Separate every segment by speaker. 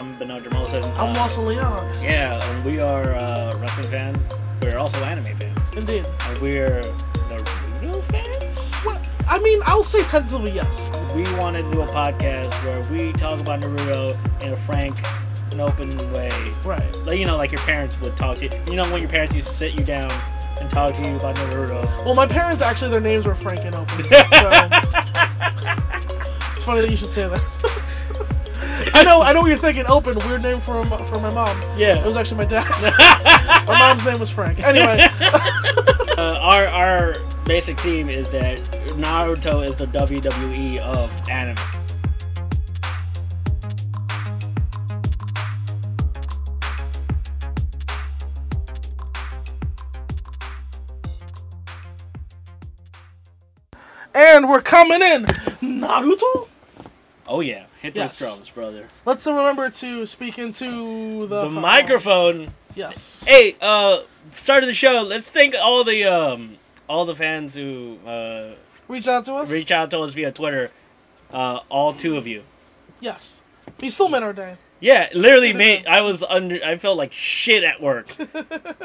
Speaker 1: I'm Bernard Jamosa. and,
Speaker 2: I'm
Speaker 1: uh,
Speaker 2: Lawson Leon.
Speaker 1: Yeah, and we are uh, wrestling fans. We're also anime fans.
Speaker 2: Indeed.
Speaker 1: And we're Naruto fans?
Speaker 2: Well, I mean, I'll say tentatively yes.
Speaker 1: We want to do a podcast where we talk about Naruto in a frank and open way.
Speaker 2: Right.
Speaker 1: Like, you know, like your parents would talk to you. You know, when your parents used to sit you down and talk to you about Naruto.
Speaker 2: Well, my parents actually, their names were Frank and Open. So it's funny that you should say that. I know, I know what you're thinking. Open, weird name for m- for my mom.
Speaker 1: Yeah.
Speaker 2: It was actually my dad. my mom's name was Frank. Anyway,
Speaker 1: uh, our our basic theme is that Naruto is the WWE of anime.
Speaker 2: and we're coming in. Naruto.
Speaker 1: Oh yeah, hit
Speaker 2: Yes.
Speaker 1: those drums, brother.
Speaker 2: Let's remember to speak into the,
Speaker 1: The microphone.
Speaker 2: Yes.
Speaker 1: Hey, uh, start of the show. Let's thank all the um all the fans who uh,
Speaker 2: Reach out to us.
Speaker 1: reach out to us via Twitter. Uh, all two of you.
Speaker 2: Yes. He still made our day.
Speaker 1: Yeah, literally me. I was under. I felt like shit at work,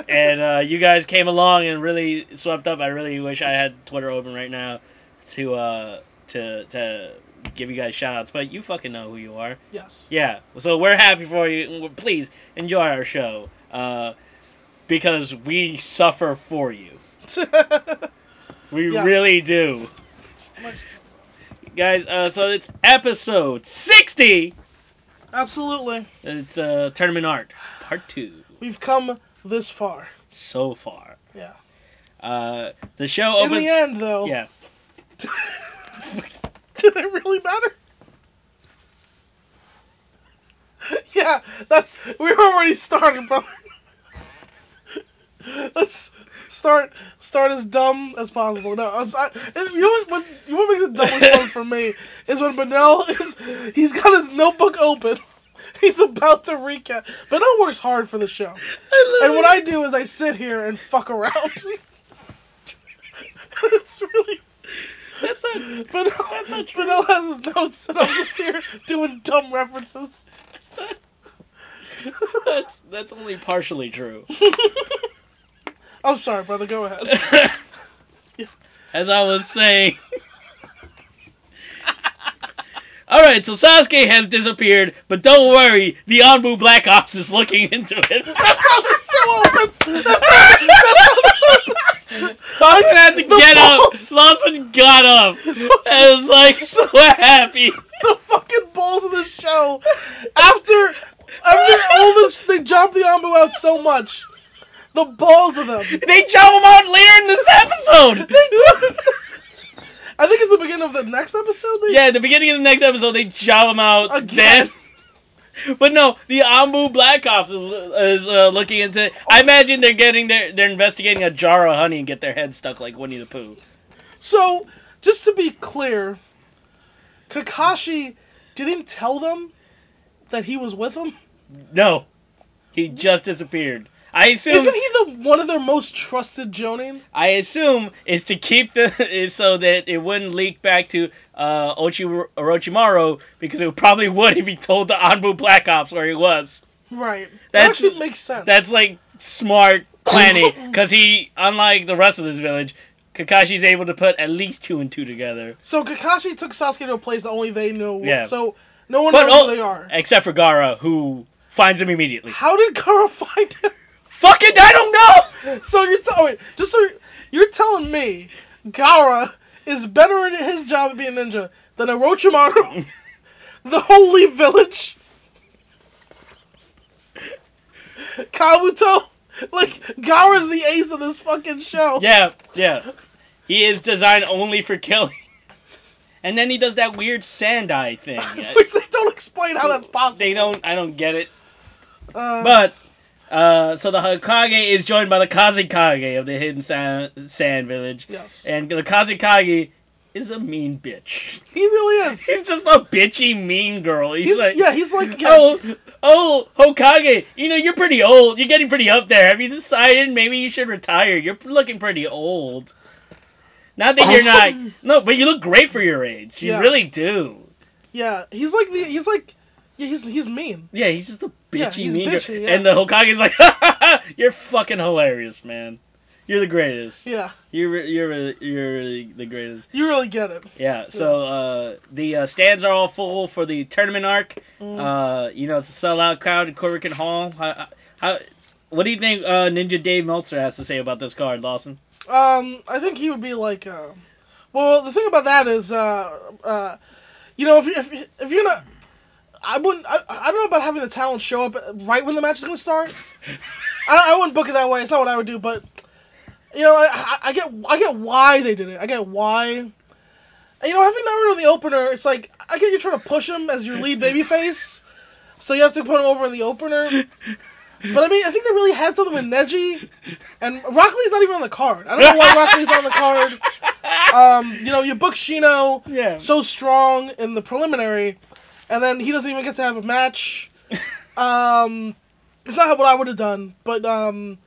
Speaker 1: and uh, you guys came along and really swept up. I really wish I had Twitter open right now to uh, to to give you guys shout outs, but you fucking know who you are.
Speaker 2: yes.
Speaker 1: Yeah, so we're happy for you. and we're- Please enjoy our show, uh, because we suffer for you. We
Speaker 2: Yes.
Speaker 1: really do, guys. Uh, so it's episode sixty.
Speaker 2: Absolutely.
Speaker 1: It's uh, tournament art part two.
Speaker 2: We've come this far.
Speaker 1: so far.
Speaker 2: Yeah.
Speaker 1: Uh, the show
Speaker 2: In
Speaker 1: opens.
Speaker 2: the end, though,
Speaker 1: yeah,
Speaker 2: did it really matter? yeah, that's we already started, brother. Let's start start as dumb as possible. No, I was, I, and you know what? What's, you know what makes it dumb and fun for me is when Benel is he's got his notebook open. He's about to recap. Benel works hard for the show. And what I do is I sit here and fuck around. it's really.
Speaker 1: That's not, That's
Speaker 2: Benel,
Speaker 1: not true.
Speaker 2: Benel has his notes, and I'm just here doing dumb references.
Speaker 1: that's that's only partially true.
Speaker 2: I'm sorry, brother. Go ahead.
Speaker 1: As I was saying. All right, so Sasuke has disappeared, but don't worry, the Anbu Black Ops is looking into it.
Speaker 2: That's how the show opens. That's how, that's how the show opens.
Speaker 1: Lawson had to
Speaker 2: The
Speaker 1: get
Speaker 2: balls.
Speaker 1: up. Lawson got up. I was like so happy.
Speaker 2: The fucking balls of the show. After, after all this, they job the Ambu out so much. The balls of them.
Speaker 1: They chop him out later in this episode.
Speaker 2: I think it's the beginning of the next episode. They
Speaker 1: Yeah, at the beginning of the next episode, they job him out.
Speaker 2: Again.
Speaker 1: Then, but no, the Ambu Black Ops is, is uh, looking into. I imagine they're getting their they're investigating a jar of honey and get their head stuck like Winnie the Pooh.
Speaker 2: So, just to be clear, Kakashi didn't tell them that he was with them.
Speaker 1: No, he just disappeared. I assume.
Speaker 2: Isn't he the one of their most trusted Jonin?
Speaker 1: I assume is to keep the is so that it wouldn't leak back to uh, Ochi Orochimaru because it probably would if he told the Anbu Black Ops where he was.
Speaker 2: Right.
Speaker 1: That's-
Speaker 2: that actually makes sense.
Speaker 1: That's like smart planning because he, unlike the rest of this village, Kakashi's able to put at least two and two together,
Speaker 2: so Kakashi took Sasuke to a place that only they know.
Speaker 1: Yeah.
Speaker 2: So no one
Speaker 1: But
Speaker 2: knows
Speaker 1: oh-
Speaker 2: who they are.
Speaker 1: except for Gara, who finds him immediately.
Speaker 2: How did Kara find him?
Speaker 1: Fuck it, I don't know.
Speaker 2: So you're telling wait, just so you're, you're telling me Gara is better at his job at being ninja than Orochimaru, the Holy Village, Kabuto. Like Gara's the ace of this fucking show.
Speaker 1: Yeah, yeah, he is designed only for killing. And then he does that weird sand eye thing.
Speaker 2: Which they don't explain how that's possible.
Speaker 1: they don't. I don't get it.
Speaker 2: Uh,
Speaker 1: But uh, so the Hokage is joined by the Kazekage of the Hidden Sand, sand Village,
Speaker 2: yes,
Speaker 1: and the Kazekage is a mean bitch.
Speaker 2: he really is.
Speaker 1: He's just a bitchy mean girl. He's,
Speaker 2: He's
Speaker 1: like,
Speaker 2: yeah, he's like yeah,
Speaker 1: oh, oh, Hokage, you know you're pretty old. You're getting pretty up there. Have you decided maybe you should retire? You're looking pretty old. Not that you're not. No, but you look great for your age. You
Speaker 2: Yeah.
Speaker 1: really do.
Speaker 2: yeah. He's like the he's like Yeah, he's he's mean.
Speaker 1: Yeah, he's just a bitchy
Speaker 2: Yeah, he's
Speaker 1: mean girl.
Speaker 2: bitchy, yeah.
Speaker 1: And the Hokage's like, "You're fucking hilarious, man. You're the greatest.
Speaker 2: Yeah,
Speaker 1: You're re- you're re- you're really the greatest."
Speaker 2: you really get it.
Speaker 1: Yeah. So uh, the uh, stands are all full for the tournament arc.
Speaker 2: Mm.
Speaker 1: Uh, you know, it's a sellout crowd at Corrigan Hall. How, how, what do you think uh, Ninja Dave Meltzer has to say about this card, Lawson?
Speaker 2: Um, I think he would be like, uh, well, the thing about that is, uh, uh, you know, if you- if you- if you're not, I wouldn't. I, I don't know about having the talent show up right when the match is gonna start. I, I wouldn't book it that way. It's not what I would do, but you know, I, I, I get I get why they did it. I get why. And, you know, having Naruto in the opener, it's like I get you're trying to push him as your lead babyface, so you have to put him over in the opener. But I mean, I think they really had something with Neji, and Rockley's not even on the card. I don't know why Rockley's not on the card. Um, you know, you book Shino
Speaker 1: Yeah.
Speaker 2: so strong in the preliminary, and then he doesn't even get to have a match. Um, it's not what I would have done, but um,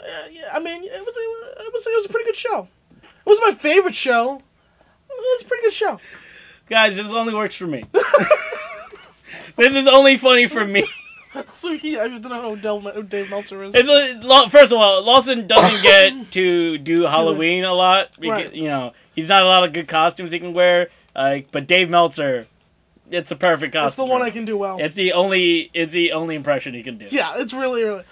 Speaker 2: uh, yeah, I mean, it was, it was it was a pretty good show. It was my favorite show. It was a pretty good show.
Speaker 1: Guys, this only works for me. this is only funny for me.
Speaker 2: so he, I don't know who Del, who Dave Meltzer is.
Speaker 1: It's a, Law- first of all, Lawson doesn't get to do Halloween a lot. Because,
Speaker 2: Right.
Speaker 1: You know, he's not a lot of good costumes he can wear. Uh, but Dave Meltzer, it's a perfect costume.
Speaker 2: That's the one I can do well.
Speaker 1: It's the only. It's the only impression he can do.
Speaker 2: yeah, it's really really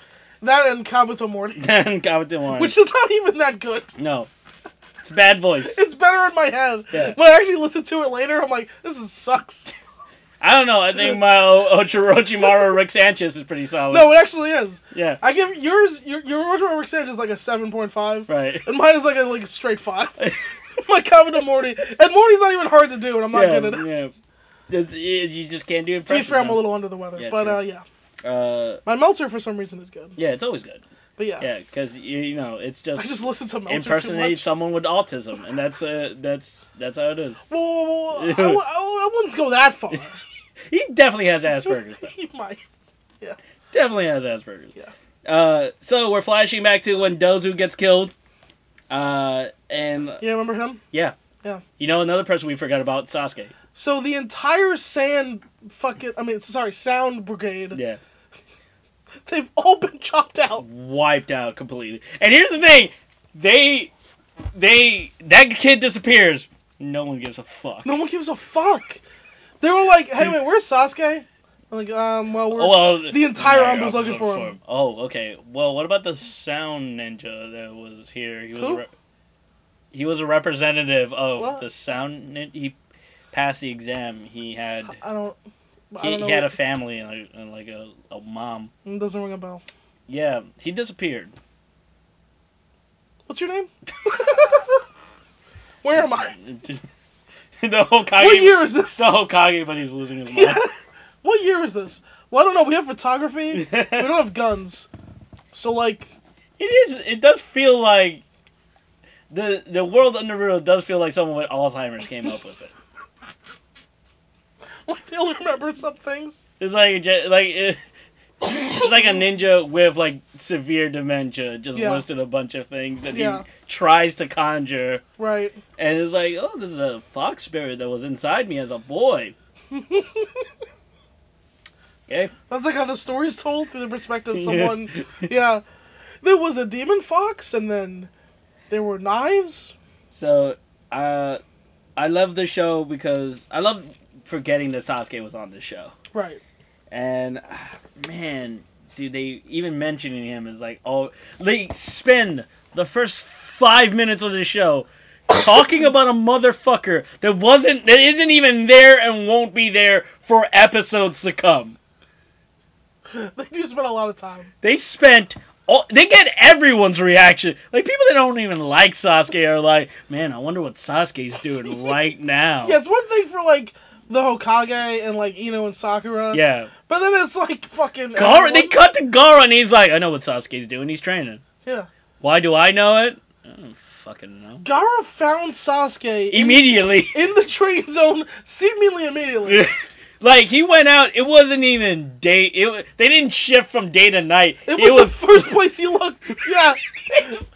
Speaker 2: that and Kabuto Morty,
Speaker 1: And Captain Warren.
Speaker 2: which is not even that good.
Speaker 1: no, it's a bad voice.
Speaker 2: It's better in my head.
Speaker 1: Yeah.
Speaker 2: When I actually listen to it later, I'm like, this is, sucks.
Speaker 1: I don't know. I think my O- Ocho- Orochimaru Rick Sanchez is pretty solid.
Speaker 2: No, it actually is.
Speaker 1: Yeah.
Speaker 2: I give yours your your original Rick Sanchez is like a seven point five,
Speaker 1: Right.
Speaker 2: and mine is like a like a straight five. My comment on Morty, and Morty's not even hard to do, and I'm not
Speaker 1: yeah,
Speaker 2: good at it.
Speaker 1: yeah. It's- it- you just can't do
Speaker 2: To be
Speaker 1: impressions.
Speaker 2: fair, I'm a
Speaker 1: huh?
Speaker 2: little under the weather,
Speaker 1: Yeah,
Speaker 2: but
Speaker 1: true.
Speaker 2: uh, yeah,
Speaker 1: Uh,
Speaker 2: my Meltzer for some reason is good,
Speaker 1: yeah, it's always good.
Speaker 2: but yeah,
Speaker 1: Yeah, because you, you know it's just,
Speaker 2: I just listen to Meltzer too
Speaker 1: impersonate
Speaker 2: much.
Speaker 1: someone with autism, and that's uh, that's that's how it is.
Speaker 2: Whoa, whoa, whoa, whoa. I, w- I, w- I wouldn't go that far.
Speaker 1: He definitely has Asperger's. though.
Speaker 2: You might.
Speaker 1: Definitely has Asperger's.
Speaker 2: Yeah.
Speaker 1: Uh, so we're flashing back to when Dozu gets killed, uh, and
Speaker 2: Yeah, remember him?
Speaker 1: you know another person we forgot about, Sasuke.
Speaker 2: So the entire sand fucking, I mean, sorry, sound brigade,
Speaker 1: Yeah.
Speaker 2: they've all been chopped out.
Speaker 1: wiped out completely. And here's the thing, they they that kid disappears. No one gives a fuck.
Speaker 2: No one gives a fuck. They were like, hey, wait, where's Sasuke? I'm like, um, well, we're.
Speaker 1: Oh, well,
Speaker 2: the entire
Speaker 1: yeah,
Speaker 2: arm was
Speaker 1: I
Speaker 2: looking for him.
Speaker 1: Oh, okay. Well, what about the sound ninja that was here? He was
Speaker 2: Who?
Speaker 1: A re- he was a representative of
Speaker 2: What?
Speaker 1: the sound. Nin- he passed the exam. He had
Speaker 2: I don't. I
Speaker 1: he,
Speaker 2: don't know.
Speaker 1: he had a family and like, and like a, a mom.
Speaker 2: It doesn't ring a bell.
Speaker 1: Yeah, he disappeared.
Speaker 2: What's your name? Where am I?
Speaker 1: the Hokage.
Speaker 2: What year is this?
Speaker 1: The Hokage, but he's losing his mind.
Speaker 2: Yeah. What year is this? Well, I don't know. We have photography. we don't have guns. So like,
Speaker 1: It is. It does feel like the the world under Naruto does feel like someone with Alzheimer's came up with it.
Speaker 2: like they only remember some things.
Speaker 1: It's like a ge- like it, it's like a ninja with like severe dementia just
Speaker 2: Yeah.
Speaker 1: listed a bunch of things that
Speaker 2: Yeah.
Speaker 1: he tries to conjure,
Speaker 2: Right.
Speaker 1: and it's like, oh, there's a fox spirit that was inside me as a boy. Okay.
Speaker 2: That's like how the story's told through the perspective of someone. yeah. There was a demon fox, and then there were knives.
Speaker 1: So, uh, I love this show because I love forgetting that Sasuke was on this show.
Speaker 2: Right.
Speaker 1: And ah, man, dude, they even mentioning him is like, oh, they spend the first five minutes of the show talking about a motherfucker that wasn't, that isn't even there and won't be there for episodes to come.
Speaker 2: They do spend a lot of time.
Speaker 1: They spent. All, they get everyone's reaction. Like people that don't even like Sasuke are like, "Man, I wonder what Sasuke's doing right now."
Speaker 2: Yeah, it's one thing for like the Hokage and like Ino and Sakura.
Speaker 1: yeah.
Speaker 2: But then it's like fucking.
Speaker 1: Gara,
Speaker 2: everyone.
Speaker 1: they cut to Gara and he's like, "I know what Sasuke's doing. He's training."
Speaker 2: Yeah.
Speaker 1: Why do I know it? I don't fucking know.
Speaker 2: Gara found Sasuke in-
Speaker 1: Immediately.
Speaker 2: in the train zone, seemingly immediately.
Speaker 1: like he went out, it wasn't even day. It wa- they didn't shift from day to night.
Speaker 2: It was, the first place he looked. Yeah.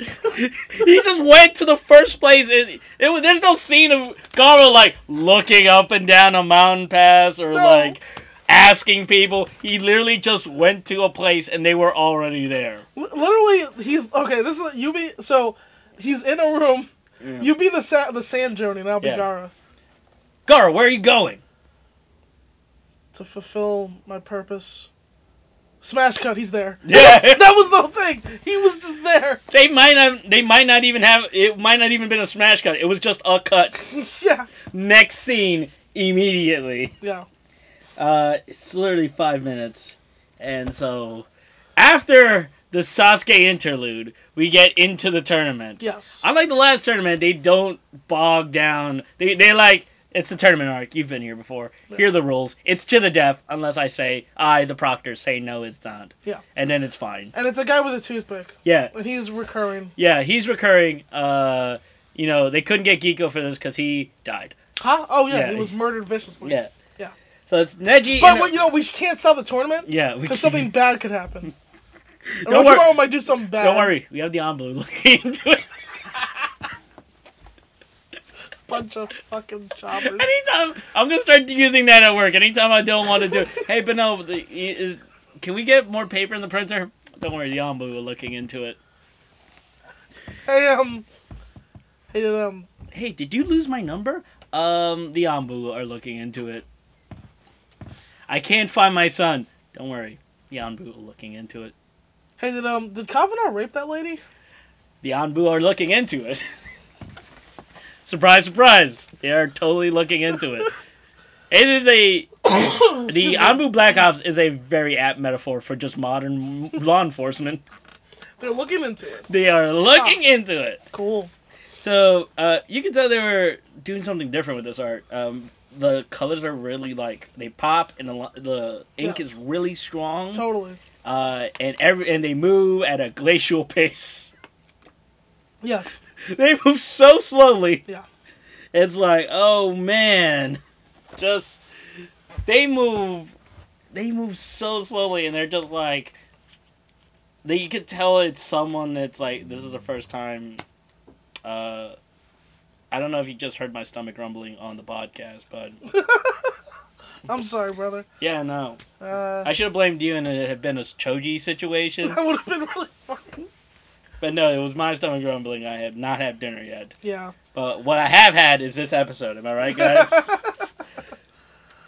Speaker 1: he just went to the first place. And it was there's no scene of Gara like looking up and down a mountain pass or
Speaker 2: No.
Speaker 1: like asking people. He literally just went to a place and they were already there.
Speaker 2: L- literally, he's okay. This is you be so he's in a room.
Speaker 1: Yeah.
Speaker 2: You be the sa- the sand journey, and I'll be
Speaker 1: Yeah.
Speaker 2: Gara
Speaker 1: Gara, where are you going?
Speaker 2: to fulfill my purpose. Smash cut. He's there.
Speaker 1: Yeah.
Speaker 2: that was the whole thing. He was just there.
Speaker 1: They might not. They might not even have. It might not even been a smash cut. It was just a cut.
Speaker 2: yeah,
Speaker 1: Next scene immediately.
Speaker 2: yeah.
Speaker 1: Uh, it's literally five minutes, and so after the Sasuke interlude, we get into the tournament.
Speaker 2: Yes.
Speaker 1: Unlike the last tournament, they don't bog down. They they like it's a tournament arc. You've been here before.
Speaker 2: Yeah.
Speaker 1: Here are the rules. It's to the death unless I say I, the proctor, say no, it's not.
Speaker 2: Yeah.
Speaker 1: And then it's fine.
Speaker 2: and it's a guy with a toothpick,
Speaker 1: Yeah,
Speaker 2: and he's recurring.
Speaker 1: yeah. He's recurring. Uh, you know they couldn't get Geeko for this because he died.
Speaker 2: Huh? Oh yeah,
Speaker 1: Yeah.
Speaker 2: he was murdered viciously.
Speaker 1: Yeah.
Speaker 2: Yeah.
Speaker 1: So it's Neji.
Speaker 2: But
Speaker 1: and-
Speaker 2: well, you know, we can't stop the tournament
Speaker 1: yeah, we
Speaker 2: because
Speaker 1: can-
Speaker 2: something bad could happen. And
Speaker 1: Don't
Speaker 2: what
Speaker 1: worry.
Speaker 2: tomorrow might do something bad.
Speaker 1: Don't worry, we have the envelope looking into it.
Speaker 2: Bunch of fucking choppers.
Speaker 1: Anytime I'm gonna start using that at work. Anytime I don't want to do, hey, but no, the, is, can we get more paper in the printer? Don't worry, the envelope will looking into it.
Speaker 2: Hey um. Hey did, um.
Speaker 1: Hey, did you lose my number? Um, the Ambu are looking into it. I can't find my son. Don't worry, the Anbu are looking into it.
Speaker 2: Hey did um. Did Kavanaugh rape that lady?
Speaker 1: The Anbu are looking into it. surprise, surprise! They are totally looking into it. It is a
Speaker 2: Oh, Excuse
Speaker 1: The
Speaker 2: me.
Speaker 1: Anbu Black Ops is a very apt metaphor for just modern law enforcement.
Speaker 2: They're looking into it.
Speaker 1: They are looking into it.
Speaker 2: Cool.
Speaker 1: Mm-hmm. So uh, you can tell they were doing something different with this art. Um, the colors are really like they pop, and the li- the ink
Speaker 2: Yes.
Speaker 1: is really strong.
Speaker 2: Totally.
Speaker 1: Uh, and every and they move at a glacial pace.
Speaker 2: Yes.
Speaker 1: They move so slowly.
Speaker 2: Yeah.
Speaker 1: It's like, oh man, just they move, they move so slowly, and they're just like, they you could tell it's someone that's like, this is the first time. Uh, I don't know if you just heard my stomach rumbling on the podcast, but
Speaker 2: I'm sorry, brother.
Speaker 1: yeah, no,
Speaker 2: Uh,
Speaker 1: I should have blamed you, and it had been a Choji situation,
Speaker 2: that would have been really funny.
Speaker 1: but no, it was my stomach rumbling. I had not had dinner yet,
Speaker 2: Yeah.
Speaker 1: but what I have had is this episode. Am I right, guys?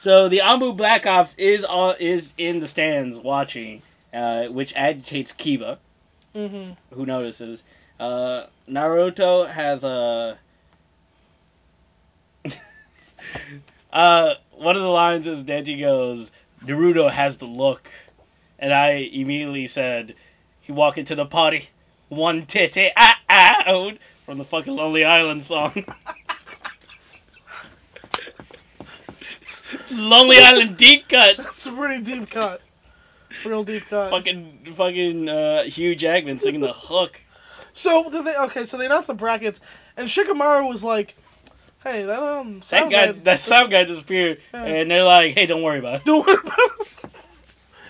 Speaker 1: So the Ambu Black Ops is all, is in the stands watching, uh, which agitates Kiba,
Speaker 2: hmm
Speaker 1: who notices. Uh, Naruto has a. uh, one of the lines is Neji goes, Naruto has the look. And I immediately said, he walk into the party, one titty ah, out from the fucking Lonely Island song. Lonely Island deep cut.
Speaker 2: That's a pretty deep cut. Real deep cut.
Speaker 1: fucking fucking uh, Hugh Jackman singing the hook.
Speaker 2: So did they? Okay, so they announced the brackets, and Shikamaru was like, "Hey, that um,
Speaker 1: That
Speaker 2: sound
Speaker 1: guy,
Speaker 2: guy-
Speaker 1: that sound guy disappeared,
Speaker 2: Yeah.
Speaker 1: and they're like, "Hey, don't worry about it.
Speaker 2: Don't worry about it.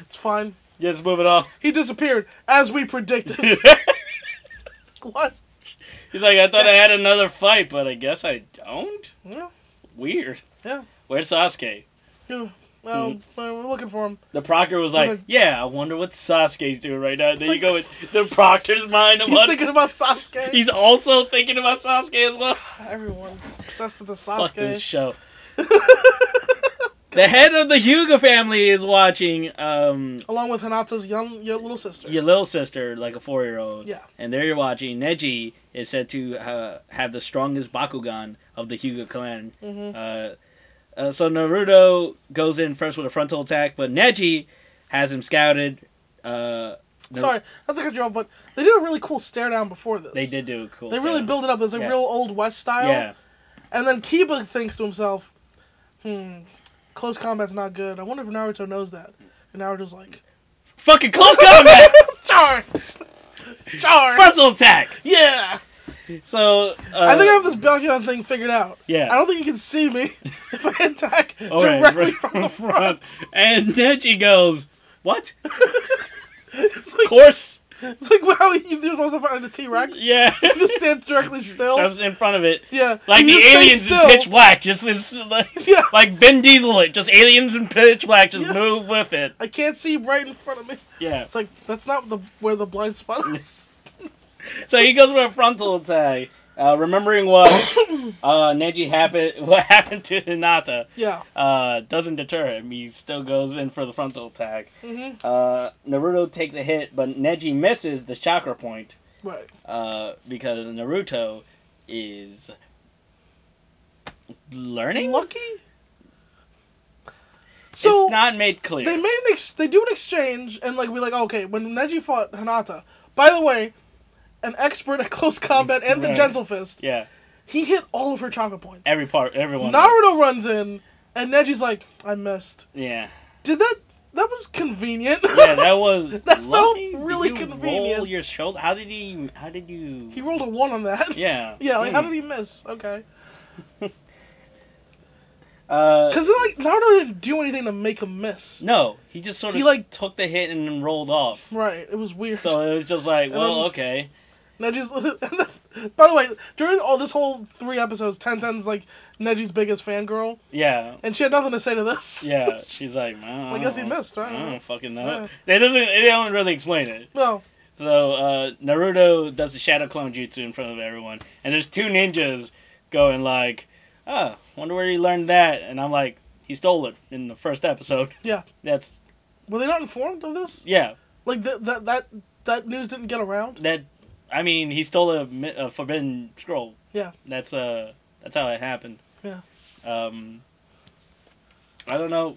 Speaker 2: It's fine.
Speaker 1: Just move it off."
Speaker 2: He disappeared as we
Speaker 1: He's
Speaker 2: predicted. what?
Speaker 1: like, "I thought I had another fight, but I guess I don't."
Speaker 2: Yeah.
Speaker 1: Weird.
Speaker 2: Yeah.
Speaker 1: Where's Sasuke?
Speaker 2: yeah. Well,
Speaker 1: Mm-hmm.
Speaker 2: we're looking for him.
Speaker 1: The proctor was like,
Speaker 2: Like-
Speaker 1: "Yeah, I wonder what Sasuke's doing right now." And then
Speaker 2: It's
Speaker 1: you go with the proctor's mind
Speaker 2: He's
Speaker 1: about.
Speaker 2: thinking about Sasuke.
Speaker 1: He's also thinking about Sasuke as well.
Speaker 2: Everyone's obsessed with the
Speaker 1: Fuck this
Speaker 2: Sasuke.
Speaker 1: show. The head of the Hyuga family is watching um,
Speaker 2: Along with Hinata's young, your little sister.
Speaker 1: your little sister, like a four year old.
Speaker 2: Yeah.
Speaker 1: And there you're watching. Neji is said to uh, have the strongest Bakugan of the Hyuga clan.
Speaker 2: hmm
Speaker 1: Uh, uh, so Naruto goes in first with a frontal attack, but Neji has him scouted. Uh, Nar-
Speaker 2: Sorry, that's a good job, but they did a really cool stare down before this.
Speaker 1: They did do a cool.
Speaker 2: They really
Speaker 1: stand.
Speaker 2: build it up as a
Speaker 1: Yeah.
Speaker 2: real old West style.
Speaker 1: Yeah.
Speaker 2: And then Kiba thinks to himself, hmm, close combat's not good. I wonder if Naruto knows that. And Naruto's like,
Speaker 1: Fucking close combat.
Speaker 2: Char! Char!
Speaker 1: frontal attack.
Speaker 2: Yeah!
Speaker 1: So uh,
Speaker 2: I think I have this Bakugan thing figured out.
Speaker 1: Yeah.
Speaker 2: I don't think you can see me if I attack
Speaker 1: All right,
Speaker 2: directly
Speaker 1: right
Speaker 2: from the front.
Speaker 1: And Neji goes, "What?
Speaker 2: it's like,
Speaker 1: Of course."
Speaker 2: It's like wow, you- you're supposed to find a T Rex.
Speaker 1: Yeah.
Speaker 2: Just stand directly still.
Speaker 1: I was in front of it.
Speaker 2: yeah,
Speaker 1: Like
Speaker 2: You
Speaker 1: the
Speaker 2: just stay
Speaker 1: aliens in
Speaker 2: still.
Speaker 1: pitch black, just it's like,
Speaker 2: Yeah.
Speaker 1: like Ben Diesel it, just aliens in pitch black, just
Speaker 2: Yeah.
Speaker 1: move with it.
Speaker 2: I can't see right in front of me.
Speaker 1: Yeah.
Speaker 2: It's like that's not the where the blind spot is.
Speaker 1: So he goes with a frontal attack, uh, remembering what uh, Neji happened, what happened to Hinata.
Speaker 2: yeah.
Speaker 1: Uh, doesn't deter him. He still goes in for the frontal attack.
Speaker 2: hmm
Speaker 1: Uh, Naruto takes a hit, but Neji misses the chakra point
Speaker 2: Right.
Speaker 1: uh, because Naruto is learning.
Speaker 2: Lucky. So
Speaker 1: it's not made clear.
Speaker 2: They made an ex- they do an exchange and like we like okay when Neji fought Hanata. By the way, an expert at close combat and the
Speaker 1: Right.
Speaker 2: gentle fist,
Speaker 1: yeah,
Speaker 2: he hit all of her chakra points.
Speaker 1: every part, everyone.
Speaker 2: Naruto runs in and Neji's like, I missed.
Speaker 1: Yeah,
Speaker 2: Did that? That was convenient.
Speaker 1: yeah, that was
Speaker 2: That felt
Speaker 1: lucky. Did
Speaker 2: really
Speaker 1: you Roll
Speaker 2: convenient.
Speaker 1: your shoulder. How did he? How did you?
Speaker 2: he rolled a one on that.
Speaker 1: Yeah.
Speaker 2: Yeah, like
Speaker 1: Hmm.
Speaker 2: how did he miss? Okay,
Speaker 1: Uh,
Speaker 2: because like Naruto didn't do anything to make him miss.
Speaker 1: no, he just sort of
Speaker 2: He, like-
Speaker 1: took the hit and then rolled off.
Speaker 2: Right, it was weird.
Speaker 1: So it was just like,
Speaker 2: And
Speaker 1: well,
Speaker 2: then-
Speaker 1: okay,
Speaker 2: Neji's. by the way, during all this whole three episodes, Ten Ten's like Neji's biggest fangirl.
Speaker 1: yeah,
Speaker 2: And she had nothing to say to this.
Speaker 1: yeah. She's like, well,
Speaker 2: I guess he
Speaker 1: don't know.
Speaker 2: missed, right?
Speaker 1: I don't fucking know.
Speaker 2: Yeah.
Speaker 1: They doesn't. They don't really explain it.
Speaker 2: No.
Speaker 1: So uh, Naruto does the Shadow Clone Jutsu in front of everyone, and there's two ninjas going like, "Oh, wonder where he learned that." And I'm like, "He stole it in the first episode."
Speaker 2: Yeah.
Speaker 1: That's
Speaker 2: Were they not informed of this?
Speaker 1: yeah.
Speaker 2: Like that that that that news didn't get around.
Speaker 1: That I mean, he stole a, mi- a forbidden scroll.
Speaker 2: Yeah.
Speaker 1: That's uh, that's how it happened.
Speaker 2: Yeah.
Speaker 1: Um. I don't know.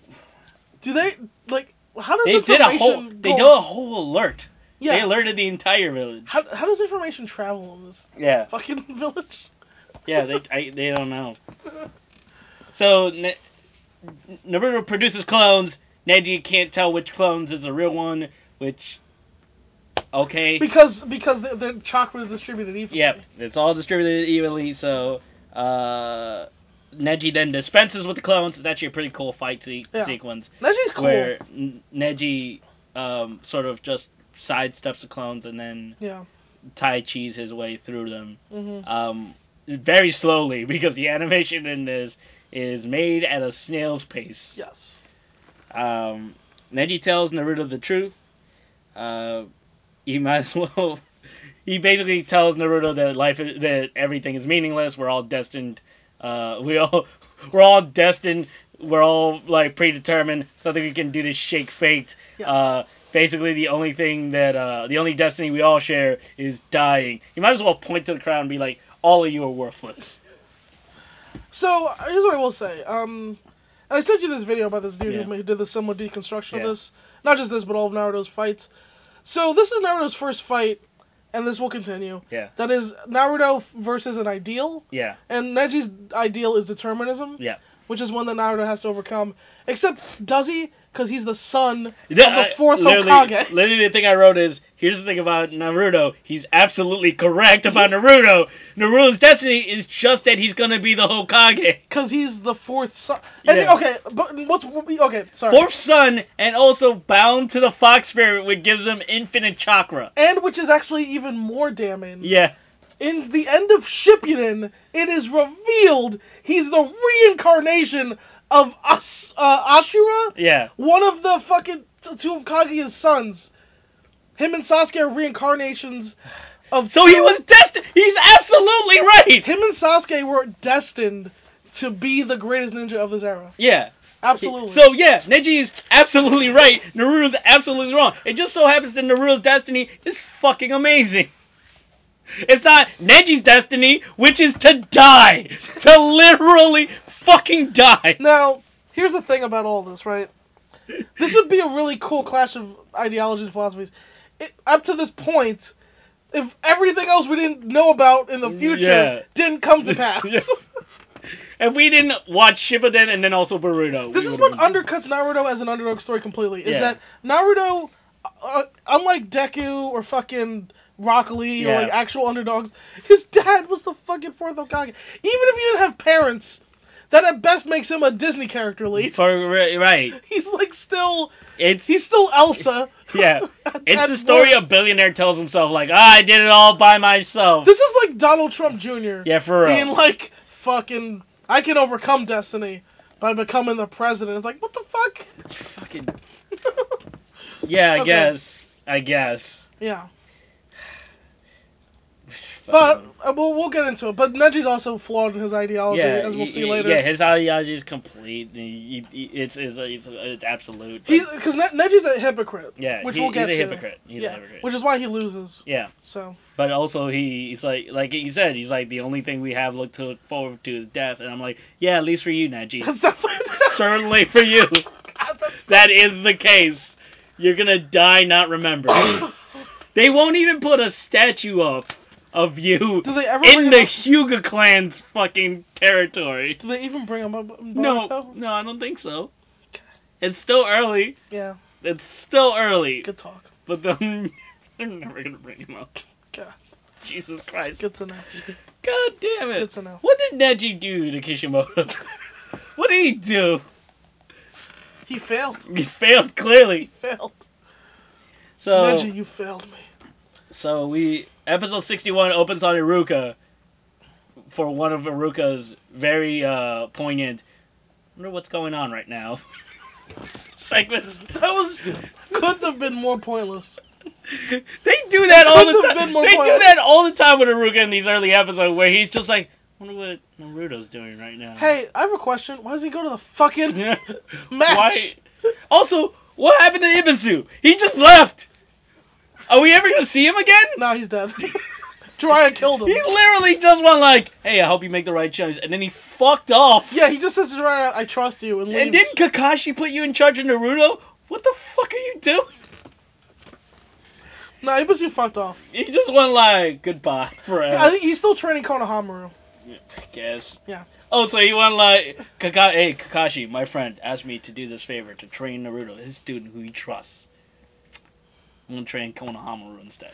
Speaker 2: Do they like how does
Speaker 1: They did a
Speaker 2: information
Speaker 1: whole. They
Speaker 2: go-
Speaker 1: did a whole alert.
Speaker 2: yeah.
Speaker 1: They alerted the entire village.
Speaker 2: how, how does information travel in this
Speaker 1: Yeah.
Speaker 2: fucking village?
Speaker 1: Yeah, they I, they don't know. So Na- Naruto produces clones. Neji can't tell which clones is a real one, which okay.
Speaker 2: Because because their, their chakra is distributed evenly.
Speaker 1: Yep, it's all distributed evenly. So uh, Neji then dispenses with the clones. It's actually a pretty cool fight se-
Speaker 2: Yeah.
Speaker 1: sequence
Speaker 2: Neji's cool.
Speaker 1: where N- Neji um, sort of just sidesteps the clones and then
Speaker 2: Yeah.
Speaker 1: Tai Chi's his way through them.
Speaker 2: Mm-hmm.
Speaker 1: um, very slowly because the animation in this is made at a snail's pace.
Speaker 2: Yes.
Speaker 1: Um, Neji tells Naruto the truth. Uh, he might as well. He basically tells Naruto that life, is, that everything is meaningless. We're all destined. Uh, we all, we're all destined. We're all like predetermined. Something we can do to shake fate.
Speaker 2: Yes.
Speaker 1: Uh, basically, the only thing that uh, the only destiny we all share is dying. You might as well point to the crowd and be like, "All of you are worthless."
Speaker 2: So uh, here's what I will say. Um, and I sent you this video about this dude
Speaker 1: Yeah.
Speaker 2: who ma- who did the similar deconstruction
Speaker 1: Yeah.
Speaker 2: of this. Not just this, but all of Naruto's fights. So this is Naruto's first fight, and this will continue.
Speaker 1: Yeah.
Speaker 2: That is Naruto versus an ideal,
Speaker 1: Yeah,
Speaker 2: and Neji's ideal is determinism.
Speaker 1: Yeah.
Speaker 2: Which is one that Naruto has to overcome. Except does he? Because he's the son.
Speaker 1: Yeah,
Speaker 2: the fourth
Speaker 1: I, uh, literally,
Speaker 2: Hokage.
Speaker 1: Literally, the thing I wrote is here's the thing about Naruto. He's absolutely correct about Naruto. Naruto's destiny is just that he's gonna be the Hokage,
Speaker 2: Because he's the fourth son. And,
Speaker 1: Yeah.
Speaker 2: Okay, but what's okay? Sorry.
Speaker 1: fourth son, and also bound to the Fox Spirit, which gives him infinite chakra.
Speaker 2: And which is actually even more damning.
Speaker 1: Yeah,
Speaker 2: In the end of Shippuden, it is revealed he's the reincarnation of As- uh, Ashura,
Speaker 1: yeah,
Speaker 2: one of the fucking t- two of Kaguya's sons. Him and Sasuke are reincarnations of.
Speaker 1: So
Speaker 2: two-
Speaker 1: he was destined. He's absolutely right.
Speaker 2: Him and Sasuke were destined to be the greatest ninja of this era.
Speaker 1: Yeah.
Speaker 2: Absolutely.
Speaker 1: So yeah, Neji is absolutely right. Naruto's absolutely wrong. It just so happens that Naruto's destiny is fucking amazing. It's not Neji's destiny, which is to die, to literally fucking die.
Speaker 2: now, here's the thing about all this, right? This would be a really cool clash of ideologies and philosophies. It, up to this point, if everything else we didn't know about in the future
Speaker 1: Yeah.
Speaker 2: didn't come to pass.
Speaker 1: Yeah. If we didn't watch Shippuden and then also Boruto,
Speaker 2: This
Speaker 1: we
Speaker 2: is what
Speaker 1: would've been-
Speaker 2: undercuts Naruto as an underdog story completely. Is
Speaker 1: Yeah.
Speaker 2: that Naruto, uh, unlike Deku or fucking Rock Lee
Speaker 1: Yeah.
Speaker 2: or like actual underdogs, his dad was the fucking fourth Hokage. Even if he didn't have parents, that at best makes him a Disney character lead.
Speaker 1: for right.
Speaker 2: He's like still
Speaker 1: It's
Speaker 2: He's still Elsa.
Speaker 1: yeah. It's
Speaker 2: at
Speaker 1: the story
Speaker 2: worst.
Speaker 1: a billionaire tells himself, like, "Ah, I did it all by myself.
Speaker 2: This is like Donald Trump Jr.
Speaker 1: yeah, for real.
Speaker 2: being like, fucking, I can overcome destiny by becoming the president. It's like, what the fuck?
Speaker 1: Fucking... yeah, I
Speaker 2: Okay.
Speaker 1: guess. I guess.
Speaker 2: Yeah. But uh, we'll, we'll get into it. But Neji's also flawed in his ideology, as we'll
Speaker 1: y-
Speaker 2: see
Speaker 1: y-
Speaker 2: later.
Speaker 1: Yeah, his ideology is complete. He- he- he- it's, it's, it's, it's absolute. but-
Speaker 2: He's because ne- Neji's a hypocrite.
Speaker 1: yeah,
Speaker 2: which
Speaker 1: he-
Speaker 2: we'll get
Speaker 1: he's a
Speaker 2: to.
Speaker 1: hypocrite. He's a
Speaker 2: yeah,
Speaker 1: hypocrite.
Speaker 2: which is why he loses.
Speaker 1: yeah,
Speaker 2: So
Speaker 1: but also he, he's like like you said, he's like the only thing we have look to look forward to is death, and I'm like, yeah, at least for you, Najee.
Speaker 2: that's definitely
Speaker 1: Certainly for you,
Speaker 2: God, that's-
Speaker 1: that is the case. You're gonna die not remembered. they won't even put a statue up of you
Speaker 2: Do they ever bring
Speaker 1: in the
Speaker 2: him up-
Speaker 1: Hyuga clan's fucking territory.
Speaker 2: Do they even bring him up? in
Speaker 1: No,
Speaker 2: Boruto?
Speaker 1: no, I don't think so. It's still early.
Speaker 2: Yeah.
Speaker 1: It's still early,
Speaker 2: Good talk.
Speaker 1: but then they're never gonna bring him up.
Speaker 2: God,
Speaker 1: Jesus Christ!
Speaker 2: good to know.
Speaker 1: God damn
Speaker 2: Good
Speaker 1: it!
Speaker 2: to know.
Speaker 1: What did Neji do to Kishimoto? what did he do?
Speaker 2: He failed.
Speaker 1: He failed clearly.
Speaker 2: Failed.
Speaker 1: So,
Speaker 2: Neji, you failed me.
Speaker 1: so we episode sixty-one opens on Iruka for one of Iruka's very uh, poignant. Wonder what's going on right now. segments.
Speaker 2: That was couldn't have been more pointless.
Speaker 1: They do that all
Speaker 2: couldn't
Speaker 1: the
Speaker 2: have
Speaker 1: time.
Speaker 2: been more
Speaker 1: They do
Speaker 2: violent.
Speaker 1: that all the time with Aruka in these early episodes where he's just like, wonder what Naruto's doing right now.
Speaker 2: Hey, I have a question. Why does he go to the fucking
Speaker 1: Yeah.
Speaker 2: match?
Speaker 1: why? Also, what happened to Ibisu? He just left. Are we ever gonna see him again?
Speaker 2: Nah, he's dead. Jiraiya killed him.
Speaker 1: He literally just went like, "Hey, I hope you make the right choice," and then he fucked off.
Speaker 2: Yeah, he just says to Jiraiya, "I trust you," and leaves.
Speaker 1: and didn't Kakashi put you in charge of Naruto? What the fuck are you doing?
Speaker 2: Nah, Ibisu fucked off.
Speaker 1: He just went like, "Goodbye forever."
Speaker 2: I think he's still training Konohamaru.
Speaker 1: guess.
Speaker 2: Yeah.
Speaker 1: Oh, so you want like Kaka- hey, Kakashi, my friend, asked me to do this favor to train Naruto, his student who he trusts. I'm gonna train Konohamaru instead.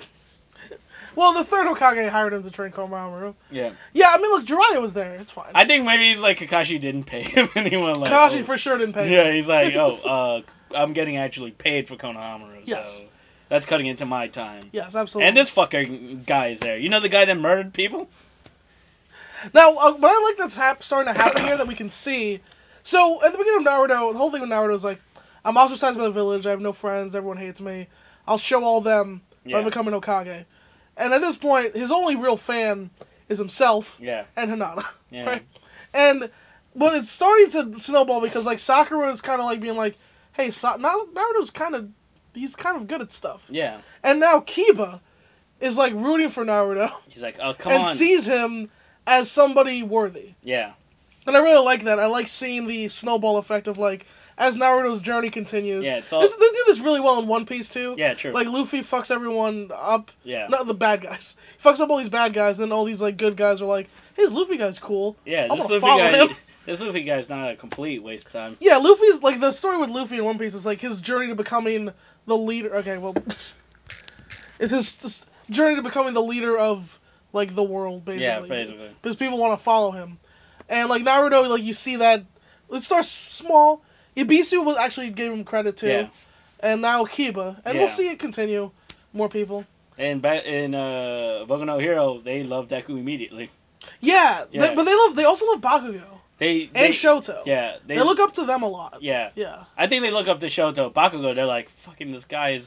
Speaker 2: Well, the third Hokage hired him to train Konohamaru.
Speaker 1: Yeah.
Speaker 2: Yeah, I mean, look, Jiraiya was there. It's fine.
Speaker 1: I think maybe he's like Kakashi didn't pay him anyone like
Speaker 2: Kakashi
Speaker 1: oh.
Speaker 2: for sure didn't pay.
Speaker 1: Yeah, he's like, Oh, uh I'm getting actually paid for Konohamaru,
Speaker 2: Yes.
Speaker 1: so that's cutting into my time.
Speaker 2: Yes, absolutely.
Speaker 1: And this fucking guy is there. You know the guy that murdered people?
Speaker 2: Now, uh, what I like that's hap- starting to happen here that we can see. So, at the beginning of Naruto, the whole thing with Naruto is like, I'm ostracized by the village. I have no friends. Everyone hates me. I'll show all them
Speaker 1: Yeah.
Speaker 2: by becoming Okage. And at this point, his only real fan is himself
Speaker 1: Yeah.
Speaker 2: and Hinata.
Speaker 1: Yeah.
Speaker 2: Right. And when it's starting to snowball because like Sakura is kind of like being like, "Hey, Sa- Na- Naruto's kind of he's kind of good at stuff."
Speaker 1: Yeah.
Speaker 2: And now Kiba is like rooting for Naruto
Speaker 1: He's like, Oh come
Speaker 2: and
Speaker 1: on.
Speaker 2: sees him as somebody worthy.
Speaker 1: yeah.
Speaker 2: And I really like that. I like seeing the snowball effect of like as Naruto's journey continues.
Speaker 1: Yeah, it's all-
Speaker 2: This- they do this really well in One Piece too.
Speaker 1: Yeah, true.
Speaker 2: Like Luffy fucks everyone up.
Speaker 1: yeah.
Speaker 2: Not the bad guys. He fucks up all these bad guys, and then all these like good guys are like, "Hey, this Luffy guy's cool."
Speaker 1: Yeah, this
Speaker 2: I'm gonna
Speaker 1: Luffy
Speaker 2: follow
Speaker 1: guy.
Speaker 2: him.
Speaker 1: This Luffy guy's not a complete waste of time.
Speaker 2: Yeah, Luffy's like the story with Luffy in One Piece is like his journey to becoming the leader. Okay, well, it's his s- journey to becoming the leader of like the world, basically.
Speaker 1: Yeah, basically.
Speaker 2: Because people want to follow him, and like Naruto, like you see that it starts small. Ibisu was actually gave him credit too,
Speaker 1: Yeah,
Speaker 2: and now Kiba, and we'll
Speaker 1: Yeah.
Speaker 2: see it continue. More people.
Speaker 1: and back in uh, Boku no Hero, they love Deku immediately.
Speaker 2: Yeah, they-
Speaker 1: Yeah.
Speaker 2: but they love. They also love Bakugo
Speaker 1: They,
Speaker 2: and
Speaker 1: they
Speaker 2: Shoto.
Speaker 1: Yeah, they,
Speaker 2: they look up to them a lot.
Speaker 1: Yeah,
Speaker 2: Yeah.
Speaker 1: I think they look up to Shoto, Bakugo. They're like, fucking, this guy is.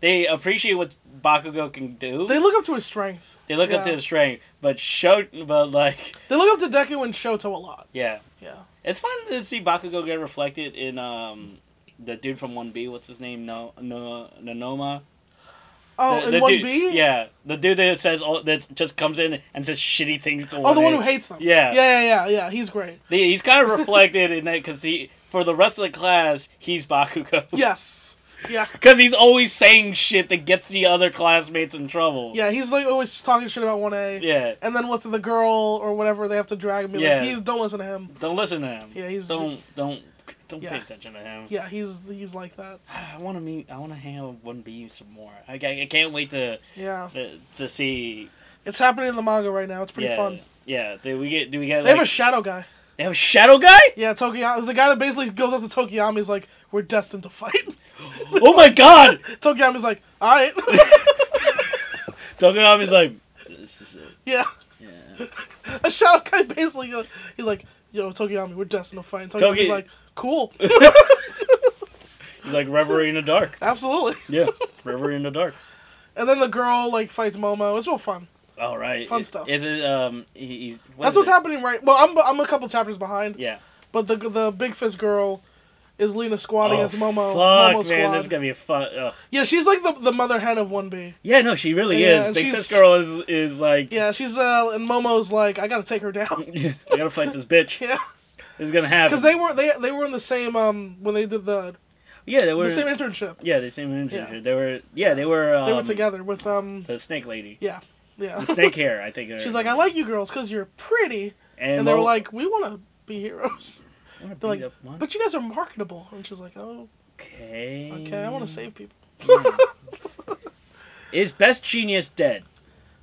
Speaker 1: They appreciate what Bakugo can do.
Speaker 2: They
Speaker 1: They,
Speaker 2: look up to his strength.
Speaker 1: look up to
Speaker 2: yeah.
Speaker 1: his strength, but Shoto, but like,
Speaker 2: They look up to Deku and Shoto a lot.
Speaker 1: yeah,
Speaker 2: Yeah.
Speaker 1: it's fun to see Bakugo get reflected in um the dude from One B. What's his name? No, no, Nanoma.
Speaker 2: Oh,
Speaker 1: The-
Speaker 2: and
Speaker 1: the
Speaker 2: one
Speaker 1: dude-
Speaker 2: B.
Speaker 1: Yeah, the dude that says all that just comes in and says shitty things to.
Speaker 2: Oh, the one
Speaker 1: A.
Speaker 2: who hates them.
Speaker 1: Yeah.
Speaker 2: Yeah, yeah, yeah, yeah. He's great.
Speaker 1: The- He's kind of reflected in that because he, for the rest of the class, he's Bakugo.
Speaker 2: Yes. Yeah.
Speaker 1: Because he's always saying shit that gets the other classmates in trouble.
Speaker 2: Yeah. He's like always talking shit about one A.
Speaker 1: Yeah.
Speaker 2: And then what's the girl or whatever they have to drag me?
Speaker 1: Yeah. Mm-hmm.
Speaker 2: Like, he's don't listen to him.
Speaker 1: Don't listen to him.
Speaker 2: Yeah, he's-
Speaker 1: Don't don't don't pay
Speaker 2: Yeah.
Speaker 1: attention to him.
Speaker 2: Yeah, he's he's like that.
Speaker 1: I want to meet. I want to hang out with One B some more. I, I, I can't wait to
Speaker 2: Yeah.
Speaker 1: to, to see.
Speaker 2: It's happening in the manga right now. It's pretty
Speaker 1: yeah,
Speaker 2: fun.
Speaker 1: Yeah. Do we get? Do we get?
Speaker 2: They have a
Speaker 1: like-
Speaker 2: shadow guy.
Speaker 1: they have a shadow guy.
Speaker 2: Yeah, Tokiyami. There's a guy that basically goes up to Tokiyami. He's like, "We're destined to fight."
Speaker 1: oh my god!
Speaker 2: Tokuyami's like, alright.
Speaker 1: Tokuyami's like, this is it.
Speaker 2: yeah.
Speaker 1: Yeah.
Speaker 2: A shadow guy basically, uh, he's like, yo, Tokuyami, we're destined to fight. And Tokuyami's
Speaker 1: Toki-
Speaker 2: like, cool.
Speaker 1: He's like reverie in the dark.
Speaker 2: Absolutely.
Speaker 1: Yeah, reverie in the dark.
Speaker 2: And then the girl, like, fights Momo. It's real fun.
Speaker 1: All right.
Speaker 2: Fun
Speaker 1: Is-
Speaker 2: stuff.
Speaker 1: Is it um? He, he, what
Speaker 2: That's
Speaker 1: is
Speaker 2: what's
Speaker 1: it?
Speaker 2: happening right... Well, I'm, I'm a couple chapters behind.
Speaker 1: Yeah.
Speaker 2: But the the big fist girl is Lena squad
Speaker 1: Oh,
Speaker 2: against Momo.
Speaker 1: Fuck,
Speaker 2: Momo
Speaker 1: man,
Speaker 2: squad.
Speaker 1: this is gonna be a fun. Ugh.
Speaker 2: Yeah, she's like the, the mother hen of 1B.
Speaker 1: Yeah, no, she really
Speaker 2: Yeah,
Speaker 1: is.
Speaker 2: and
Speaker 1: Big
Speaker 2: she's-
Speaker 1: Fist Girl is is like.
Speaker 2: Yeah, she's uh, and Momo's like, I gotta take her down.
Speaker 1: I gotta fight this bitch.
Speaker 2: Yeah,
Speaker 1: This is gonna happen.
Speaker 2: because they were they they were in the same um when they did the
Speaker 1: yeah they were
Speaker 2: the same internship.
Speaker 1: yeah the same energy.
Speaker 2: Yeah.
Speaker 1: They were yeah they were um,
Speaker 2: They were together with um
Speaker 1: The Snake Lady,
Speaker 2: yeah.
Speaker 1: the Snake Hair, I think.
Speaker 2: she's like, I like you girls because you're pretty, and, they
Speaker 1: Mo-
Speaker 2: were like, we want to be heroes,
Speaker 1: I wanna
Speaker 2: they're
Speaker 1: beat
Speaker 2: like,
Speaker 1: up Mon-
Speaker 2: but you guys are marketable. And she's like, oh
Speaker 1: okay,
Speaker 2: okay, I want
Speaker 1: Mm.
Speaker 2: to save people.
Speaker 1: Yeah. Is Best Genius dead?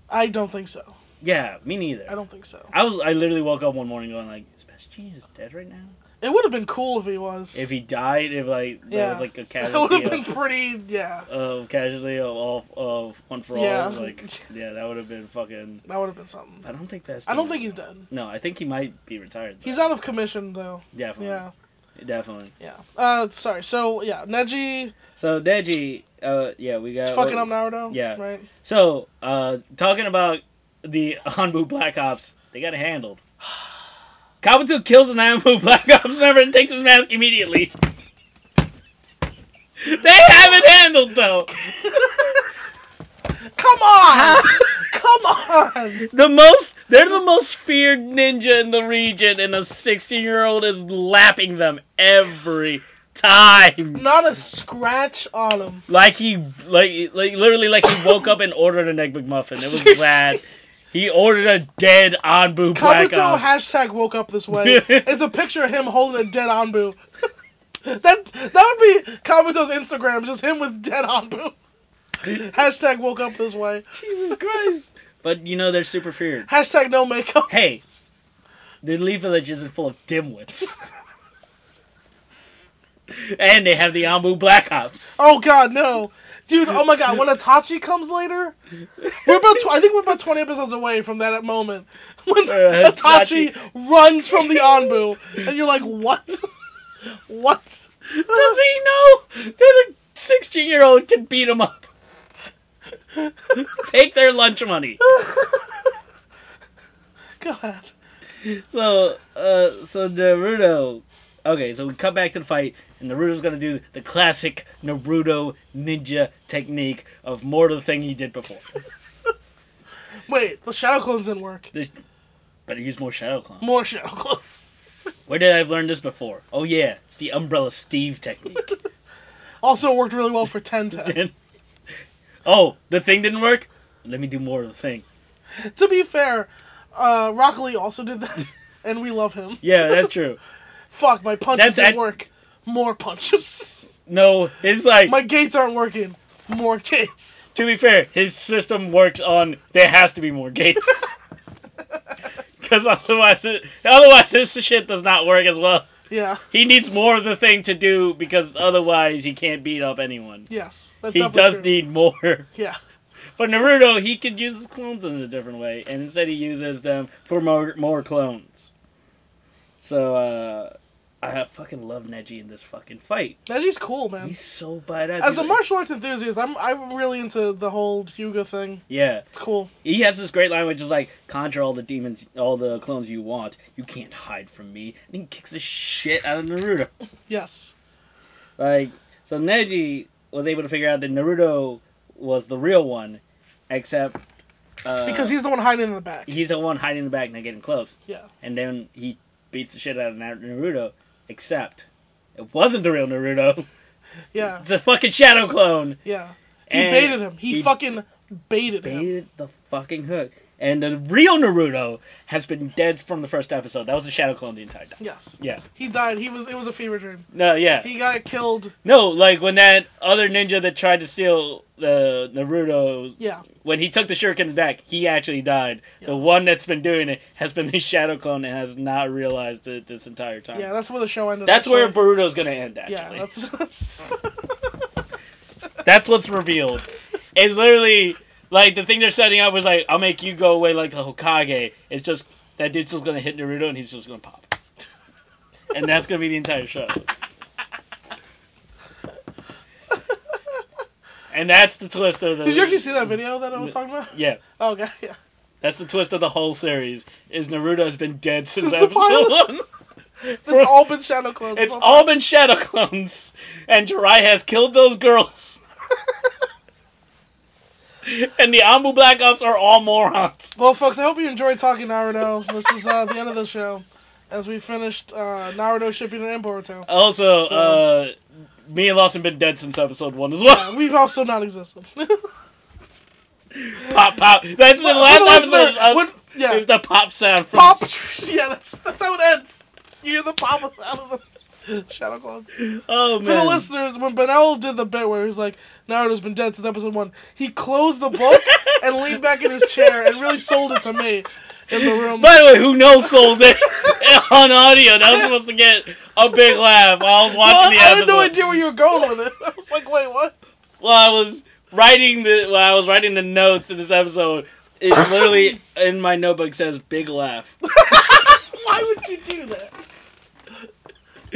Speaker 2: I don't think so.
Speaker 1: Yeah, me neither.
Speaker 2: I don't think so.
Speaker 1: I was I literally woke up one morning going like, is Best Genius dead right now?
Speaker 2: It would have been cool if he was.
Speaker 1: If he died, if like there
Speaker 2: Yeah.
Speaker 1: was like a
Speaker 2: that would
Speaker 1: casualty
Speaker 2: have
Speaker 1: of,
Speaker 2: been pretty. Yeah,
Speaker 1: of casualty of all of one for
Speaker 2: Yeah.
Speaker 1: all, like yeah, that would have been fucking.
Speaker 2: that would have been something.
Speaker 1: I don't think Best.
Speaker 2: I don't
Speaker 1: Genius-
Speaker 2: think he's dead.
Speaker 1: No, I think he might be retired. though.
Speaker 2: He's out of commission though.
Speaker 1: definitely,
Speaker 2: Yeah,
Speaker 1: definitely.
Speaker 2: yeah. Uh, sorry. So yeah, Neji.
Speaker 1: So Deji, uh, yeah, we got
Speaker 2: It's fucking
Speaker 1: what-
Speaker 2: up Naruto.
Speaker 1: yeah.
Speaker 2: Right.
Speaker 1: So, uh, talking about the Hanbu Black Ops, they got it handled. Kabuto kills an Hanbu Black Ops member and takes his mask immediately. they have it handled though.
Speaker 2: Come on! Come on!
Speaker 1: The most they're the most feared ninja in the region, and a 16-year-old is lapping them every time.
Speaker 2: Not a scratch on him.
Speaker 1: Like he, like, like literally, like he woke up and ordered an egg McMuffin. It was
Speaker 2: Seriously.
Speaker 1: bad. He ordered a dead Anbu Black
Speaker 2: Kabuto
Speaker 1: Ops.
Speaker 2: hashtag woke up this way. it's a picture of him holding a dead Anbu. that that would be Kabuto's Instagram, just him with dead Anbu. Hashtag woke up this way.
Speaker 1: Jesus Christ. But you know they're super feared.
Speaker 2: Hashtag no makeup.
Speaker 1: Hey, the Lee Village isn't full of dimwits. and they have the Ambu Black Ops.
Speaker 2: Oh god, no. Dude, oh my god, when Itachi comes later, we're about tw- I think we're about 20 episodes away from that moment when
Speaker 1: Uh,
Speaker 2: Itachi runs from the Anbu and you're like, "What? what?"
Speaker 1: Does he know that a 16 year old can beat him up? Take their lunch money.
Speaker 2: God.
Speaker 1: So, uh, so Naruto. Okay, so we cut back to the fight, and Naruto's gonna do the classic Naruto ninja technique of more to the thing he did before.
Speaker 2: Wait, the shadow clones didn't work.
Speaker 1: This, better use more Shadow Clone.
Speaker 2: More shadow clones.
Speaker 1: Where did I have learned this before? Oh yeah, it's the Umbrella Steve technique.
Speaker 2: Also worked really well for Ten Ten.
Speaker 1: oh, the thing didn't work. Let me do more of the thing.
Speaker 2: to be fair, uh, Rock Lee also did that, and we love him.
Speaker 1: Yeah, that's true.
Speaker 2: Fuck, my punches
Speaker 1: That's-
Speaker 2: didn't
Speaker 1: that-
Speaker 2: work. More punches.
Speaker 1: No, it's like
Speaker 2: My gates aren't working. More gates.
Speaker 1: to be fair, his system works on there has to be more gates. Because otherwise, it, otherwise this shit does not work as well.
Speaker 2: Yeah.
Speaker 1: He needs more of the thing to do because otherwise he can't beat up anyone.
Speaker 2: Yes. That's
Speaker 1: He
Speaker 2: definitely
Speaker 1: does
Speaker 2: true.
Speaker 1: need more.
Speaker 2: Yeah.
Speaker 1: But Naruto, he could use his clones in a different way, and instead he uses them for more, more clones. So, uh, I fucking love Neji in this fucking fight.
Speaker 2: Neji's cool, man.
Speaker 1: He's so badass.
Speaker 2: As
Speaker 1: He's
Speaker 2: a
Speaker 1: like-
Speaker 2: martial arts enthusiast, I'm I'm really into the whole Yuga thing.
Speaker 1: Yeah.
Speaker 2: It's cool.
Speaker 1: He has this great line which is like, conjure all the demons, all the clones you want. You can't hide from me. And he kicks the shit out of Naruto.
Speaker 2: Yes.
Speaker 1: Like, so Neji was able to figure out that Naruto was the real one, except. Uh,
Speaker 2: Because he's the one hiding in the back.
Speaker 1: he's the one hiding in the back, not getting close.
Speaker 2: Yeah.
Speaker 1: and then he beats the shit out of Nar- Naruto. Except it wasn't the real Naruto.
Speaker 2: Yeah.
Speaker 1: It's a fucking shadow clone.
Speaker 2: Yeah. He
Speaker 1: And
Speaker 2: baited him. He,
Speaker 1: he
Speaker 2: fucking baited him.
Speaker 1: Baited the fucking hook. And the real Naruto has been dead from the first episode. That was the shadow clone the entire time.
Speaker 2: Yes.
Speaker 1: Yeah.
Speaker 2: He died. He was. It was a fever dream.
Speaker 1: No, yeah.
Speaker 2: He got killed.
Speaker 1: No, like when that other ninja that tried to steal the Naruto,
Speaker 2: Yeah.
Speaker 1: when he took the shuriken back, he actually died.
Speaker 2: Yeah.
Speaker 1: The one that's been doing it has been the shadow clone and has not realized it this entire time.
Speaker 2: Yeah. That's where the show ended.
Speaker 1: that's where
Speaker 2: actually.
Speaker 1: Boruto's gonna end. Actually,
Speaker 2: Yeah. That's. that's...
Speaker 1: That's what's revealed. It's literally like the thing they're setting up was like, I'll make you go away like the Hokage. It's just that dude's just gonna hit Naruto and he's just gonna pop. And that's gonna be the entire show. And that's the twist of the.
Speaker 2: Did you actually see that video that I was talking about?
Speaker 1: Yeah,
Speaker 2: Oh, okay, yeah.
Speaker 1: that's the twist of the whole series. Is Naruto has been dead since,
Speaker 2: Since the
Speaker 1: episode
Speaker 2: pilot?
Speaker 1: one.
Speaker 2: It's all been shadow clones.
Speaker 1: It's
Speaker 2: so far.
Speaker 1: all been shadow clones, and Jirai has killed those girls. and the Ambu Black Ops are all morons.
Speaker 2: Well, folks, I hope you enjoyed talking Naruto. This is uh, the end of the show as we finished uh, Naruto shipping in Boruto.
Speaker 1: Also,
Speaker 2: So-
Speaker 1: uh, me and Lawson been dead since episode one as well.
Speaker 2: Yeah, Uh, we've also not existed.
Speaker 1: Pop, pop. That's the last episode. Is, us-
Speaker 2: What, yeah,
Speaker 1: is the pop sound from
Speaker 2: pop. Yeah, that's that's how it ends. You hear the pop sound of the shadow clones.
Speaker 1: Oh
Speaker 2: For the
Speaker 1: man.
Speaker 2: listeners, when Benel did the bit where he's like, Naruto's been dead since episode one, he closed the book and leaned back in his chair and really sold it to me in the room.
Speaker 1: By the way, who knows sold it on audio? That was supposed to get a big laugh. I was watching
Speaker 2: Well,
Speaker 1: the
Speaker 2: I had
Speaker 1: episode.
Speaker 2: no idea where you were going with it. I was like, wait, what?
Speaker 1: Well, I was writing the while I was writing the notes in this episode, it literally in my notebook says big laugh.
Speaker 2: Why would you do that?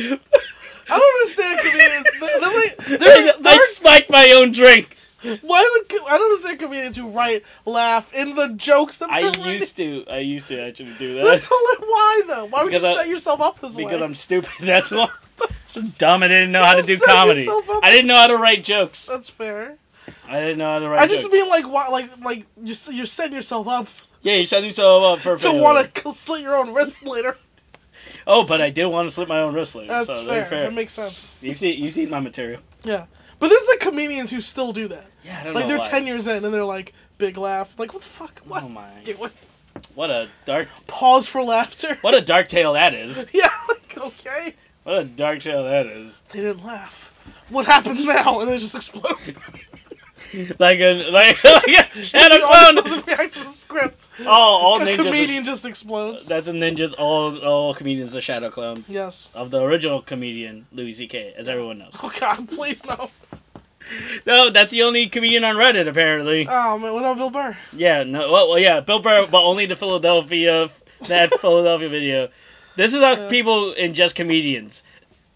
Speaker 2: I don't understand comedians. They're- they're like- they're-
Speaker 1: I
Speaker 2: they're-
Speaker 1: spiked my own drink.
Speaker 2: why would co- I don't understand comedians who write laugh in the jokes that
Speaker 1: I
Speaker 2: they're
Speaker 1: used to. I used to actually do
Speaker 2: writing? That's
Speaker 1: that
Speaker 2: all. Why though? Why would
Speaker 1: Because
Speaker 2: you
Speaker 1: I-
Speaker 2: set yourself up this way?
Speaker 1: because I'm stupid. That's why. Just dumb. I didn't know how to
Speaker 2: You
Speaker 1: do
Speaker 2: set
Speaker 1: comedy.
Speaker 2: yourself up.
Speaker 1: I didn't know how to write jokes.
Speaker 2: That's fair.
Speaker 1: I didn't know how to
Speaker 2: I
Speaker 1: write
Speaker 2: just
Speaker 1: jokes.
Speaker 2: mean like why, like like you s- you're setting yourself up
Speaker 1: Yeah, you shut yourself up for
Speaker 2: to
Speaker 1: failure.
Speaker 2: want to slit your own wrist later.
Speaker 1: Oh, but I did want to slip my own wrist later.
Speaker 2: That's
Speaker 1: so
Speaker 2: fair.
Speaker 1: they're fair.
Speaker 2: That makes sense.
Speaker 1: You've seen you've seen my material.
Speaker 2: Yeah, but there's like comedians who still do that.
Speaker 1: Yeah, I don't
Speaker 2: Like
Speaker 1: know
Speaker 2: they're
Speaker 1: why.
Speaker 2: ten years in and they're like big laugh. Like what the fuck? What?
Speaker 1: Oh my!
Speaker 2: Do it.
Speaker 1: What a dark
Speaker 2: Pause for laughter.
Speaker 1: what a dark tale that is.
Speaker 2: Yeah, like, okay.
Speaker 1: What a dark show that is.
Speaker 2: They didn't laugh. What happens now? And they just explode.
Speaker 1: Like a like, like a shadow
Speaker 2: The audience
Speaker 1: clone.
Speaker 2: doesn't react to the script.
Speaker 1: Oh, all
Speaker 2: a
Speaker 1: ninjas.
Speaker 2: comedian just explodes.
Speaker 1: Are, that's a ninjas. All all comedians are shadow clones
Speaker 2: Yes.
Speaker 1: of the original comedian Louis C.K. As everyone knows.
Speaker 2: Oh god, please no.
Speaker 1: No, that's the only comedian on Reddit apparently.
Speaker 2: Oh man, what about Bill Burr?
Speaker 1: Yeah. No. Well, well yeah. Bill Burr, but only the Philadelphia that Philadelphia video. This is how
Speaker 2: Yeah.
Speaker 1: people ingest comedians.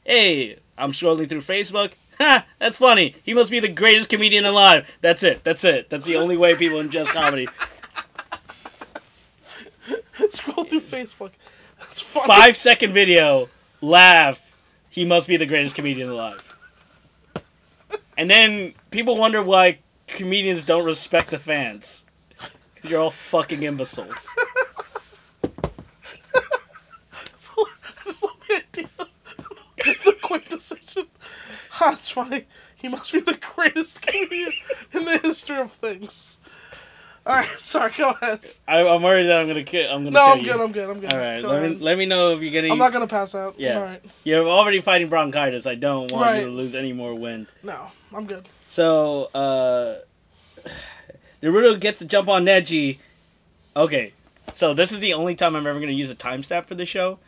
Speaker 1: Hey, I'm scrolling through Facebook. Ha! That's funny. He must be the greatest comedian alive. That's it. That's it. That's the only way people ingest comedy.
Speaker 2: Scroll through Facebook. That's funny.
Speaker 1: five second video, laugh. He must be the greatest comedian alive. And then people wonder why comedians don't respect the fans. 'Cause You're all fucking imbeciles.
Speaker 2: I just love the idea. the quick decision. Ha, that's funny. He must be the greatest comedian in the history of things. Alright, sorry, go ahead.
Speaker 1: I, I'm worried that I'm gonna kill. I'm gonna
Speaker 2: No,
Speaker 1: kill
Speaker 2: I'm
Speaker 1: you.
Speaker 2: good, I'm good, I'm good.
Speaker 1: All right,
Speaker 2: Go
Speaker 1: let me
Speaker 2: ahead.
Speaker 1: let me know if you're getting.
Speaker 2: I'm not gonna pass out.
Speaker 1: Yeah.
Speaker 2: Alright.
Speaker 1: You're already fighting bronchitis. I don't want
Speaker 2: Right.
Speaker 1: you to lose any more wind.
Speaker 2: No, I'm good.
Speaker 1: So, uh, Naruto gets to jump on Neji. Okay, so this is the only time I'm ever gonna use a timestamp for the show.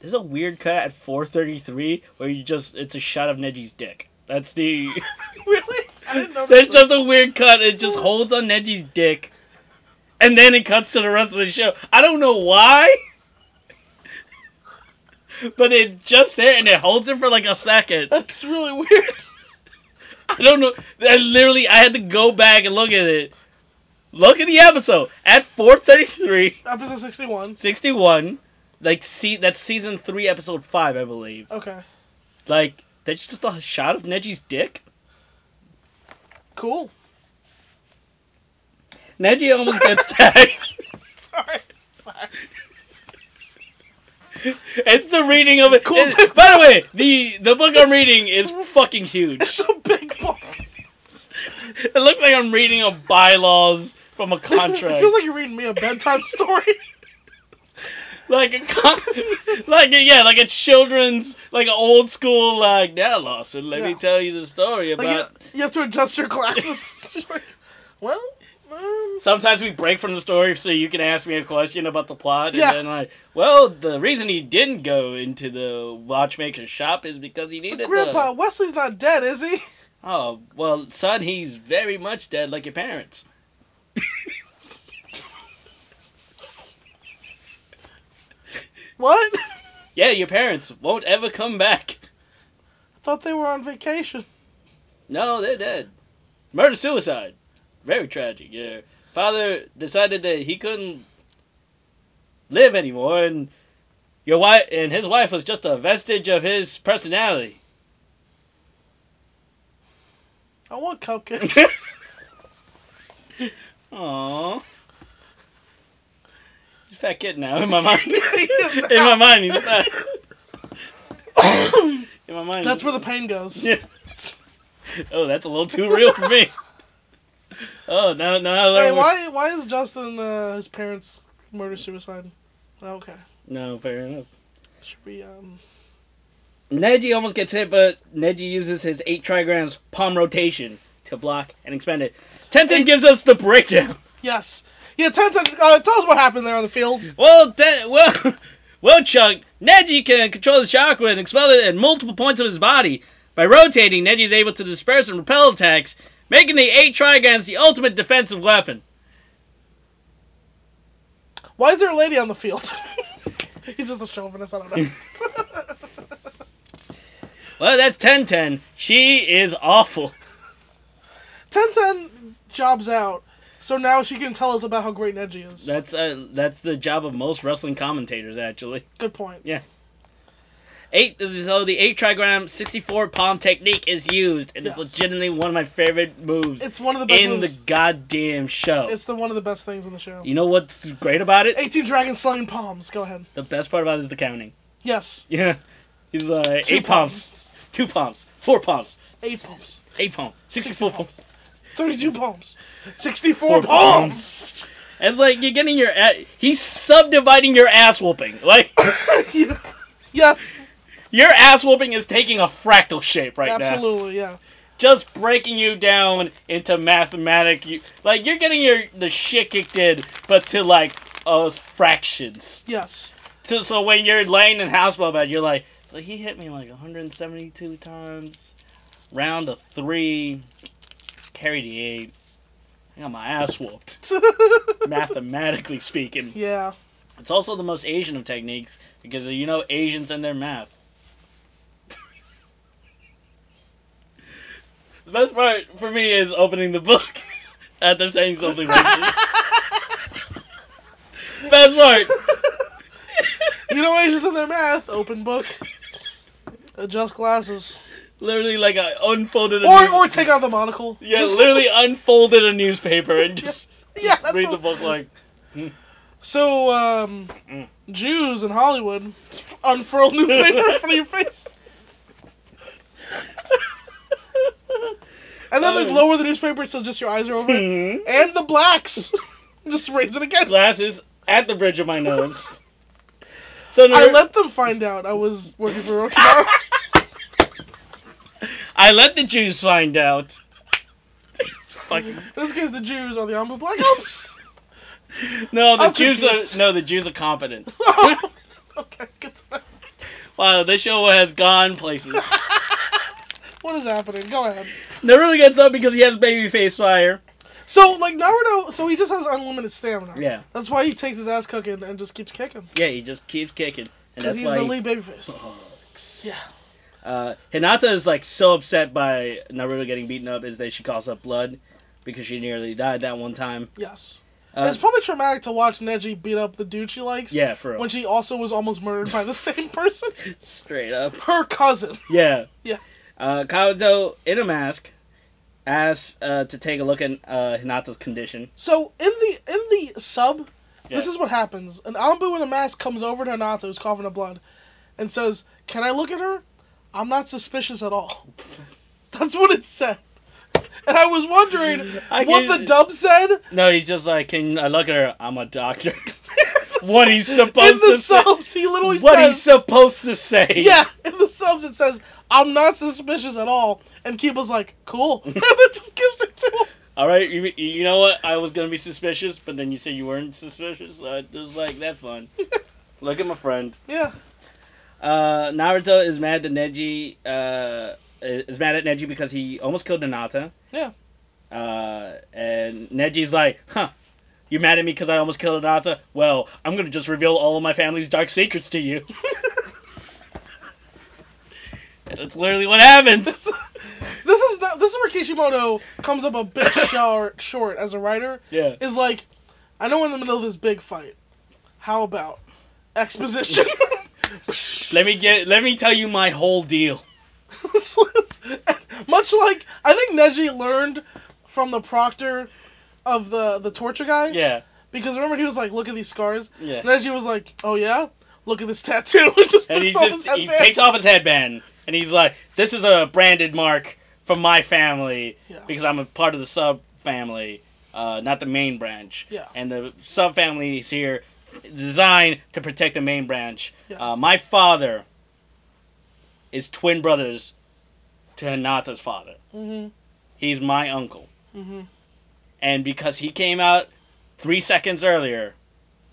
Speaker 1: There's a weird cut at 4:33 where you just—it's a shot of Neji's dick. That's the.
Speaker 2: Really? I didn't know
Speaker 1: There's
Speaker 2: that.
Speaker 1: just a weird cut. It just holds on Neji's dick, and then it cuts to the rest of the show. I don't know why, but it's just there and it holds it for like a second.
Speaker 2: That's really weird.
Speaker 1: I don't know. I literally, I had to go back and look at it. Look at the episode at 4:33,
Speaker 2: Episode 61.
Speaker 1: 61. Like, see, that's season three, episode five, I believe.
Speaker 2: Okay.
Speaker 1: Like, that's just a shot of Neji's dick.
Speaker 2: Cool.
Speaker 1: Neji almost gets tagged.
Speaker 2: Sorry. Sorry.
Speaker 1: It's the reading of it.
Speaker 2: Cool.
Speaker 1: It- by the way, the the book I'm reading is fucking huge.
Speaker 2: It's a big book.
Speaker 1: It looks like I'm reading a bylaws from a
Speaker 2: It
Speaker 1: contract.
Speaker 2: feels like you're reading me a bedtime story.
Speaker 1: like a con- like a, yeah, like a children's like an old school like now Lawson. Let me
Speaker 2: Yeah.
Speaker 1: tell you the story
Speaker 2: Like
Speaker 1: about.
Speaker 2: you, you have to adjust your glasses. You're like, well, um,
Speaker 1: Sometimes we break from the story so you can ask me a question about the plot,
Speaker 2: Yeah.
Speaker 1: and then like, well, the reason he didn't go into the watchmaker's shop is because he
Speaker 2: but
Speaker 1: needed
Speaker 2: um, Grandpa
Speaker 1: the.
Speaker 2: Wesley's not dead, is he?
Speaker 1: Oh well, son, he's very much dead, like your parents.
Speaker 2: What? I
Speaker 1: Yeah, your parents won't ever come back.
Speaker 2: thought they were on vacation.
Speaker 1: No, they're dead. Murder suicide. Very tragic. Yeah. Father decided that he couldn't live anymore, and your wife and his wife was just a vestige of his personality.
Speaker 2: I want cupcakes.
Speaker 1: Aww. He's a fat kid now in my mind.
Speaker 2: That's
Speaker 1: in my mind, he's a fat. in my mind.
Speaker 2: where the pain goes.
Speaker 1: Yeah. Oh, that's a little too real for me. Oh, now now I learn.
Speaker 2: Hey,
Speaker 1: more-
Speaker 2: why why is Justin uh, his parents murder suicide? Oh, Okay,
Speaker 1: No, fair enough.
Speaker 2: should we um
Speaker 1: Neji almost gets hit, but Neji uses his 8 trigrams palm rotation to block and expend it. Tenten
Speaker 2: Eight-
Speaker 1: gives us the breakdown.
Speaker 2: yes yeah Tenten uh, tell us what happened there on the field.
Speaker 1: Well, ten, well, well, Chuck, Neji can control his chakra and expel it at multiple points of his body. By rotating, Neji is able to disperse and repel attacks, making the 8 trigrams the ultimate defensive weapon.
Speaker 2: Why is there a lady on the field? He's just a chauvinist. I don't know.
Speaker 1: Well, that's Tenten. She is awful.
Speaker 2: Tenten jobs out, so now she can tell us about how great Neji is.
Speaker 1: That's uh, that's the job of most wrestling commentators, actually.
Speaker 2: Good point.
Speaker 1: Eight, so the eight trigram 64 palm technique is used, and
Speaker 2: Yes.
Speaker 1: it's legitimately one of my favorite moves
Speaker 2: It's one of the best
Speaker 1: in
Speaker 2: moves.
Speaker 1: the goddamn show.
Speaker 2: It's the one of the best things on the show.
Speaker 1: You know what's great about it?
Speaker 2: 18 dragons slinging palms. Go ahead.
Speaker 1: The best part about it is the counting.
Speaker 2: Yes.
Speaker 1: Yeah, he's like
Speaker 2: Two
Speaker 1: eight palms, two palms, four palms,
Speaker 2: Eight palms.
Speaker 1: eight palms, 64
Speaker 2: 64
Speaker 1: palms.
Speaker 2: 32 palms. 64
Speaker 1: Four
Speaker 2: palms.
Speaker 1: And like you're getting your, a- he's subdividing your ass whooping. Like
Speaker 2: yes.
Speaker 1: your ass whooping is taking a fractal shape right now.
Speaker 2: absolutely, yeah.
Speaker 1: just breaking you down into mathematic. You, like you're getting your the shit kicked in, but to like uh, fractions.
Speaker 2: Yes.
Speaker 1: So, so when you're laying in hospital bed, you're like, so he hit me like 172 times, round of three, carry the eight. I got my ass whooped, mathematically speaking.
Speaker 2: yeah.
Speaker 1: It's also the most Asian of techniques because you know Asians and their math. the best part for me is opening the book after saying something racist. best part.
Speaker 2: You know Asians in their math. Open book. Adjust glasses.
Speaker 1: Literally like I unfolded a
Speaker 2: Or
Speaker 1: news-
Speaker 2: or take out the monocle.
Speaker 1: Yeah,
Speaker 2: Just-
Speaker 1: literally unfolded a newspaper and just
Speaker 2: Yeah, that's
Speaker 1: read
Speaker 2: what-
Speaker 1: the book like
Speaker 2: So, um,
Speaker 1: Mm.
Speaker 2: Jews in Hollywood unfurl newspaper in front of your face. And then they
Speaker 1: Oh.
Speaker 2: lower the newspaper so just your eyes are over it.
Speaker 1: hmm.
Speaker 2: And the blacks. just raise it again.
Speaker 1: glasses at the bridge of my nose. So
Speaker 2: I let them find out I was working for Rokimaro.
Speaker 1: I let the Jews find out. Fucking
Speaker 2: In this case, the Jews are the Ombu Black Ops.
Speaker 1: no, the
Speaker 2: I'm
Speaker 1: Jews
Speaker 2: confused.
Speaker 1: are no, the Jews are competent.
Speaker 2: okay, good to know.
Speaker 1: Wow, this show has gone places.
Speaker 2: What is happening? Go ahead.
Speaker 1: Naruto gets up because he has baby face fire.
Speaker 2: So, like, Naruto, so he just has unlimited stamina.
Speaker 1: Yeah,
Speaker 2: That's why he takes his ass cooking and just keeps kicking.
Speaker 1: yeah, he just keeps kicking, and
Speaker 2: Because
Speaker 1: that's
Speaker 2: he's
Speaker 1: why.
Speaker 2: the
Speaker 1: he-
Speaker 2: lead babyface. Yeah.
Speaker 1: Uh, Hinata is like so upset by Naruto getting beaten up is that she coughs up blood because she nearly died that one time.
Speaker 2: Yes.
Speaker 1: Uh,
Speaker 2: it's probably traumatic to watch Neji beat up the dude she likes.
Speaker 1: yeah, for real.
Speaker 2: When she also was almost murdered by the same person.
Speaker 1: Straight up.
Speaker 2: Her cousin.
Speaker 1: Yeah.
Speaker 2: Yeah.
Speaker 1: Uh, Kawato, in a mask, asks uh, to take a look at uh, Hinata's condition.
Speaker 2: So in the in the sub, this
Speaker 1: Yeah.
Speaker 2: is what happens. An Ambu in a mask comes over to Hinata who's coughing up blood and says, Can I look at her? I'm not suspicious at all. That's what it said. And I was wondering
Speaker 1: I
Speaker 2: what
Speaker 1: can-
Speaker 2: the dub said
Speaker 1: No, he's just like, can I look at her? I'm a doctor. what he's supposed
Speaker 2: in the
Speaker 1: to say.
Speaker 2: subs. He literally
Speaker 1: What he's
Speaker 2: says
Speaker 1: supposed to say.
Speaker 2: Yeah, in the subs it says, I'm not suspicious at all. And Kiba's like, Cool. and it just gives it to him.
Speaker 1: All right, you, you know what? I was gonna be suspicious, but then you said you weren't suspicious. So I was like, that's fun. look at my friend.
Speaker 2: Yeah.
Speaker 1: Uh, Naruto is mad that Neji uh, is mad at Neji because he almost killed Nanata.
Speaker 2: Yeah.
Speaker 1: Uh, and Neji's like, huh, you're mad at me because I almost killed Nanata? Well, I'm going to just reveal all of my family's dark secrets to you. And That's literally what happens.
Speaker 2: This is not. This is where Kishimoto comes up a bit short, short as a writer.
Speaker 1: Yeah.
Speaker 2: Is like, I know we're in the middle of this big fight. How about exposition?
Speaker 1: Let me get. Let me tell you my whole deal.
Speaker 2: Much like I think Neji learned from the proctor of the the torture guy.
Speaker 1: Yeah.
Speaker 2: Because remember he was like, look at these scars.
Speaker 1: Yeah.
Speaker 2: Neji was like, oh yeah, look at this tattoo. and just
Speaker 1: and
Speaker 2: took
Speaker 1: he
Speaker 2: off his
Speaker 1: just he
Speaker 2: headband.
Speaker 1: takes off his headband and he's like, "This is a branded mark from my family
Speaker 2: Yeah.
Speaker 1: because I'm a part of the sub family, uh, not the main branch.
Speaker 2: Yeah.
Speaker 1: And the sub family is here, designed to protect the main branch.
Speaker 2: Yeah.
Speaker 1: Uh, my father is twin brothers to Hinata's father.
Speaker 2: Mhm.
Speaker 1: He's my uncle,
Speaker 2: Mhm.
Speaker 1: and because he came out three seconds earlier,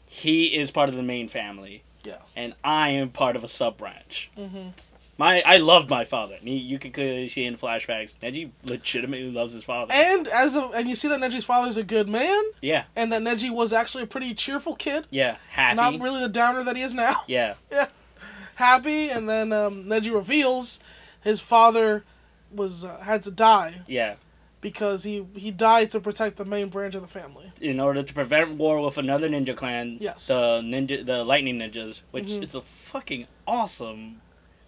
Speaker 1: he is part of the main family.
Speaker 2: Yeah.
Speaker 1: And I am part of a sub branch.
Speaker 2: Mhm.
Speaker 1: My I loved my father. And he, you can clearly see in flashbacks. Neji legitimately loves his father.
Speaker 2: And as a, and you see that Neji's father's a good man,
Speaker 1: yeah,
Speaker 2: and that Neji was actually a pretty cheerful kid.
Speaker 1: yeah, happy.
Speaker 2: Not really the downer that he is now.
Speaker 1: Yeah,
Speaker 2: Happy, and then um, Neji reveals his father was uh, had to die
Speaker 1: yeah.
Speaker 2: because he he died to protect the main branch of the family.
Speaker 1: In order to prevent war with another ninja clan,
Speaker 2: Yes.
Speaker 1: the ninja, the lightning ninjas, which
Speaker 2: Mhm.
Speaker 1: is a fucking awesome.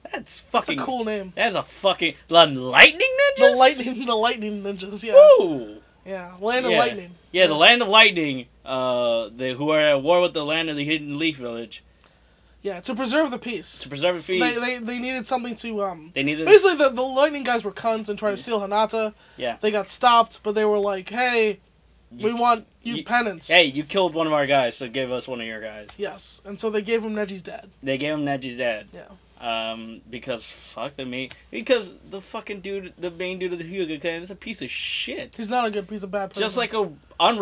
Speaker 1: That's
Speaker 2: That's a
Speaker 1: fucking.
Speaker 2: cool name.
Speaker 1: That's a fucking the lightning
Speaker 2: The
Speaker 1: ninjas.
Speaker 2: lightning, the lightning ninjas. Yeah,
Speaker 1: Woo!
Speaker 2: yeah, land of
Speaker 1: Yeah.
Speaker 2: lightning.
Speaker 1: Yeah, the land of lightning. Uh, the who are at war with the land of the hidden leaf village
Speaker 2: Yeah, to preserve the
Speaker 1: to
Speaker 2: peace.
Speaker 1: preserve the peace.
Speaker 2: They,
Speaker 1: They,
Speaker 2: they they needed something to um.
Speaker 1: needed.
Speaker 2: Basically, the, the lightning guys were cunts and tried to steal Hanata.
Speaker 1: Yeah.
Speaker 2: They got stopped, but they were like, "Hey, we
Speaker 1: You-
Speaker 2: want you,
Speaker 1: you-
Speaker 2: penance."
Speaker 1: Hey, you killed one of our guys, so give us one of your guys.
Speaker 2: Yes, and so they gave him Neji's dad.
Speaker 1: They gave him Neji's dad.
Speaker 2: Yeah.
Speaker 1: Um, because fuck the main, because the fucking dude, the main dude of the Hyuga clan is a piece of shit.
Speaker 2: He's not a good. He's a bad person.
Speaker 1: Just like a